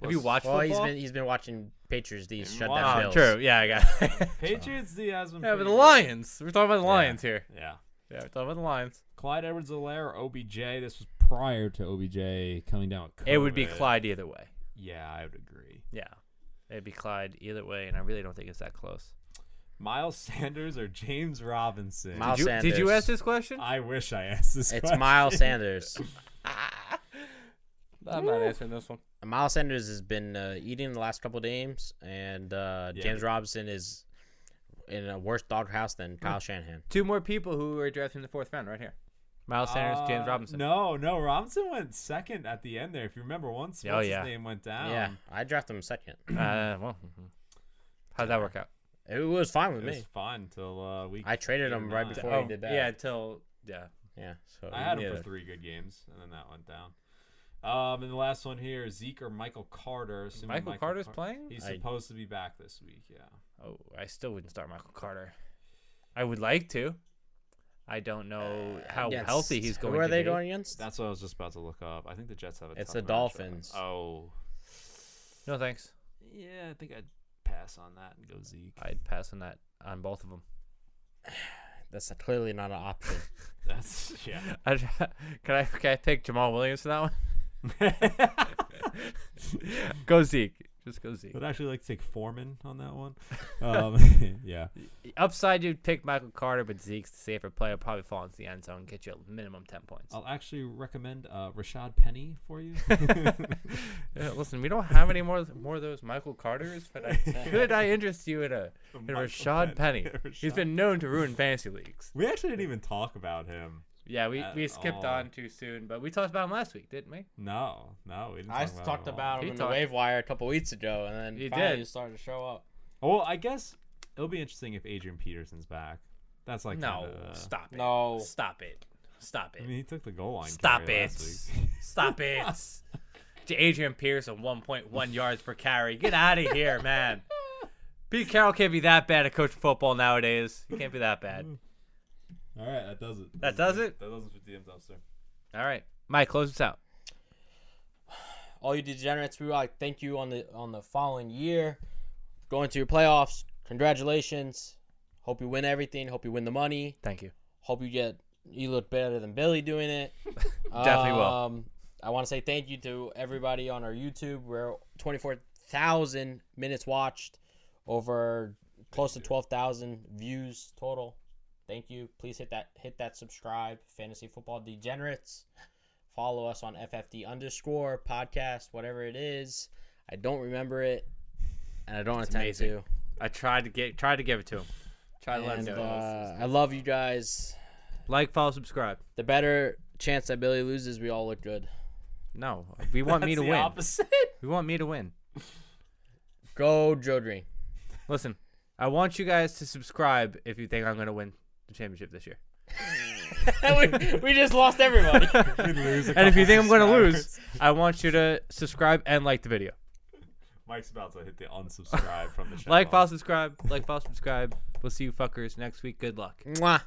Speaker 2: Have you
Speaker 3: Listen-
Speaker 2: watched
Speaker 1: Well, he's
Speaker 2: football?
Speaker 1: been he's been watching Patriots D
Speaker 3: And
Speaker 1: shut
Speaker 3: wow,
Speaker 1: down
Speaker 2: oh,
Speaker 1: Bills.
Speaker 2: true. Yeah, I got.
Speaker 3: Patriots D has been.
Speaker 2: yeah, but
Speaker 3: pretty
Speaker 2: the
Speaker 3: good.
Speaker 2: Lions. We're talking about the Lions here.
Speaker 3: Yeah.
Speaker 2: Yeah, we're talking about the Lions.
Speaker 7: Clyde Edwards Alaire, OBJ. This was prior to OBJ coming down with COVID.
Speaker 2: It would be Clyde either way.
Speaker 3: Yeah, I would agree.
Speaker 2: Yeah, it'd be Clyde either way, and I really don't think it's that close.
Speaker 3: Miles Sanders or James Robinson?
Speaker 1: Miles
Speaker 2: Did you, did you
Speaker 1: Sanders.
Speaker 2: ask this question?
Speaker 7: I wish I asked this
Speaker 1: It's
Speaker 7: question.
Speaker 1: Miles Sanders.
Speaker 2: I'm not answering this one.
Speaker 1: Miles Sanders has been uh, eating the last couple games, and uh,
Speaker 3: Yeah.
Speaker 1: James Robinson is in a worse doghouse than Kyle Shanahan.
Speaker 2: Two more people who were drafted in the fourth round, right here. Miles Sanders, James
Speaker 3: Uh,
Speaker 2: Robinson.
Speaker 3: No, no, Robinson went second at the end there. If you remember, once,
Speaker 2: Oh,
Speaker 3: once
Speaker 2: yeah.
Speaker 3: his name went down.
Speaker 1: Yeah, I drafted him second.
Speaker 2: Uh, well, mhm. how'd that work out?
Speaker 1: It was fine with
Speaker 3: It
Speaker 1: me.
Speaker 3: was fun till uh, week.
Speaker 1: I traded
Speaker 3: eight or
Speaker 1: him right
Speaker 3: nine. Oh,
Speaker 1: before he did that.
Speaker 2: Oh, yeah, until yeah.
Speaker 1: yeah. So
Speaker 3: I had him
Speaker 1: yeah.
Speaker 3: for three good games, and then that went down. Um, and the last one here, Zeke or Michael Carter. assuming
Speaker 2: Michael Carter's
Speaker 3: Car-
Speaker 2: playing?
Speaker 3: He's
Speaker 1: I-
Speaker 3: supposed to be back this week. Yeah.
Speaker 2: Oh, I still wouldn't start Michael Carter. I would like to. I don't know how
Speaker 1: Against-
Speaker 2: healthy he's going.
Speaker 1: Who are
Speaker 2: to
Speaker 1: they
Speaker 2: be.
Speaker 1: going against?
Speaker 3: That's what I was just about to look up. I think the Jets have a.
Speaker 1: It's
Speaker 3: tough
Speaker 1: the
Speaker 3: matchup.
Speaker 1: Dolphins.
Speaker 3: Oh.
Speaker 2: No thanks.
Speaker 3: Yeah, I think I'd pass on that and go Zeke.
Speaker 2: I'd pass on that on both of them.
Speaker 1: That's clearly not an option.
Speaker 3: That's yeah.
Speaker 2: I, can I can I pick Jamal Williams for that one? go Zeke. Just go Zeke.
Speaker 7: I'd actually like to take Foreman on that one. Um, yeah.
Speaker 2: Upside, you'd pick Michael Carter, but Zeke's the safer player. Probably fall into the end zone, get you a minimum ten points.
Speaker 7: I'll actually recommend uh, Rashad Penny for you.
Speaker 2: Yeah, listen, we don't have any more more of those Michael Carters, but I, could I interest you in a in a
Speaker 3: Michael
Speaker 2: Rashad Penny? He's
Speaker 3: Rashad.
Speaker 2: been known to ruin fantasy leagues.
Speaker 7: we actually didn't even talk about him.
Speaker 2: Yeah, we,
Speaker 3: At
Speaker 2: we skipped
Speaker 3: all.
Speaker 2: on too soon, but we talked about him last week, didn't we?
Speaker 7: No, no, we didn't.
Speaker 1: I
Speaker 7: talk about
Speaker 1: talked
Speaker 7: him at all.
Speaker 1: about him
Speaker 2: He
Speaker 1: in
Speaker 2: talked-
Speaker 1: the wave wire a couple weeks ago, and then
Speaker 2: He
Speaker 1: finally
Speaker 2: did.
Speaker 1: he started to show up.
Speaker 7: Well, I guess it'll be interesting if Adrian Peterson's back. That's like
Speaker 2: No,
Speaker 7: kinda-
Speaker 2: stop it.
Speaker 1: No.
Speaker 2: Stop it. Stop
Speaker 7: I
Speaker 2: it.
Speaker 7: mean, he took the goal line.
Speaker 2: Stop
Speaker 7: carry
Speaker 2: it.
Speaker 7: last week.
Speaker 2: Stop it. To Adrian Pearson, 1.1 yards per carry. Get out of here, man. Pete Carroll can't be that bad at coaching football nowadays. He can't be that bad.
Speaker 7: All right, that does it.
Speaker 2: That does it.
Speaker 3: That doesn't fit DM's dumpster.
Speaker 2: All right. Mike, close this out.
Speaker 1: all you degenerates, we would like to thank you on the on the following year, going to your playoffs. Congratulations. Hope you win everything. Hope you win the money.
Speaker 2: Thank you.
Speaker 1: Hope you get you look better than Billy doing it.
Speaker 2: Definitely will.
Speaker 1: Um, I want to say thank you to everybody on our YouTube. We're twenty four thousand minutes watched, over close to twelve thousand views total. Thank you. Please hit that hit that subscribe. Fantasy football degenerates. Follow us on FFD underscore podcast, whatever it is. I don't remember it, and I don't intend
Speaker 2: amazing.
Speaker 1: to.
Speaker 2: I tried to get tried to give it to him. Tried to let him
Speaker 1: And,
Speaker 2: do it.
Speaker 1: uh, I love you guys.
Speaker 2: Like, follow, subscribe.
Speaker 1: The better chance that Billy loses, we all look good.
Speaker 2: No, we want me to win. We want me to win.
Speaker 1: Go, Joe Green.
Speaker 2: Listen, I want you guys to subscribe if you think I'm gonna win the championship this year.
Speaker 1: we, we just lost everybody.
Speaker 2: And if you think I'm gonna lose, I want you to subscribe and like the video.
Speaker 4: Mike's about to hit the unsubscribe from the channel.
Speaker 2: Like, follow, subscribe. Like, follow, subscribe. We'll see you fuckers next week. Good luck.
Speaker 1: Mwah.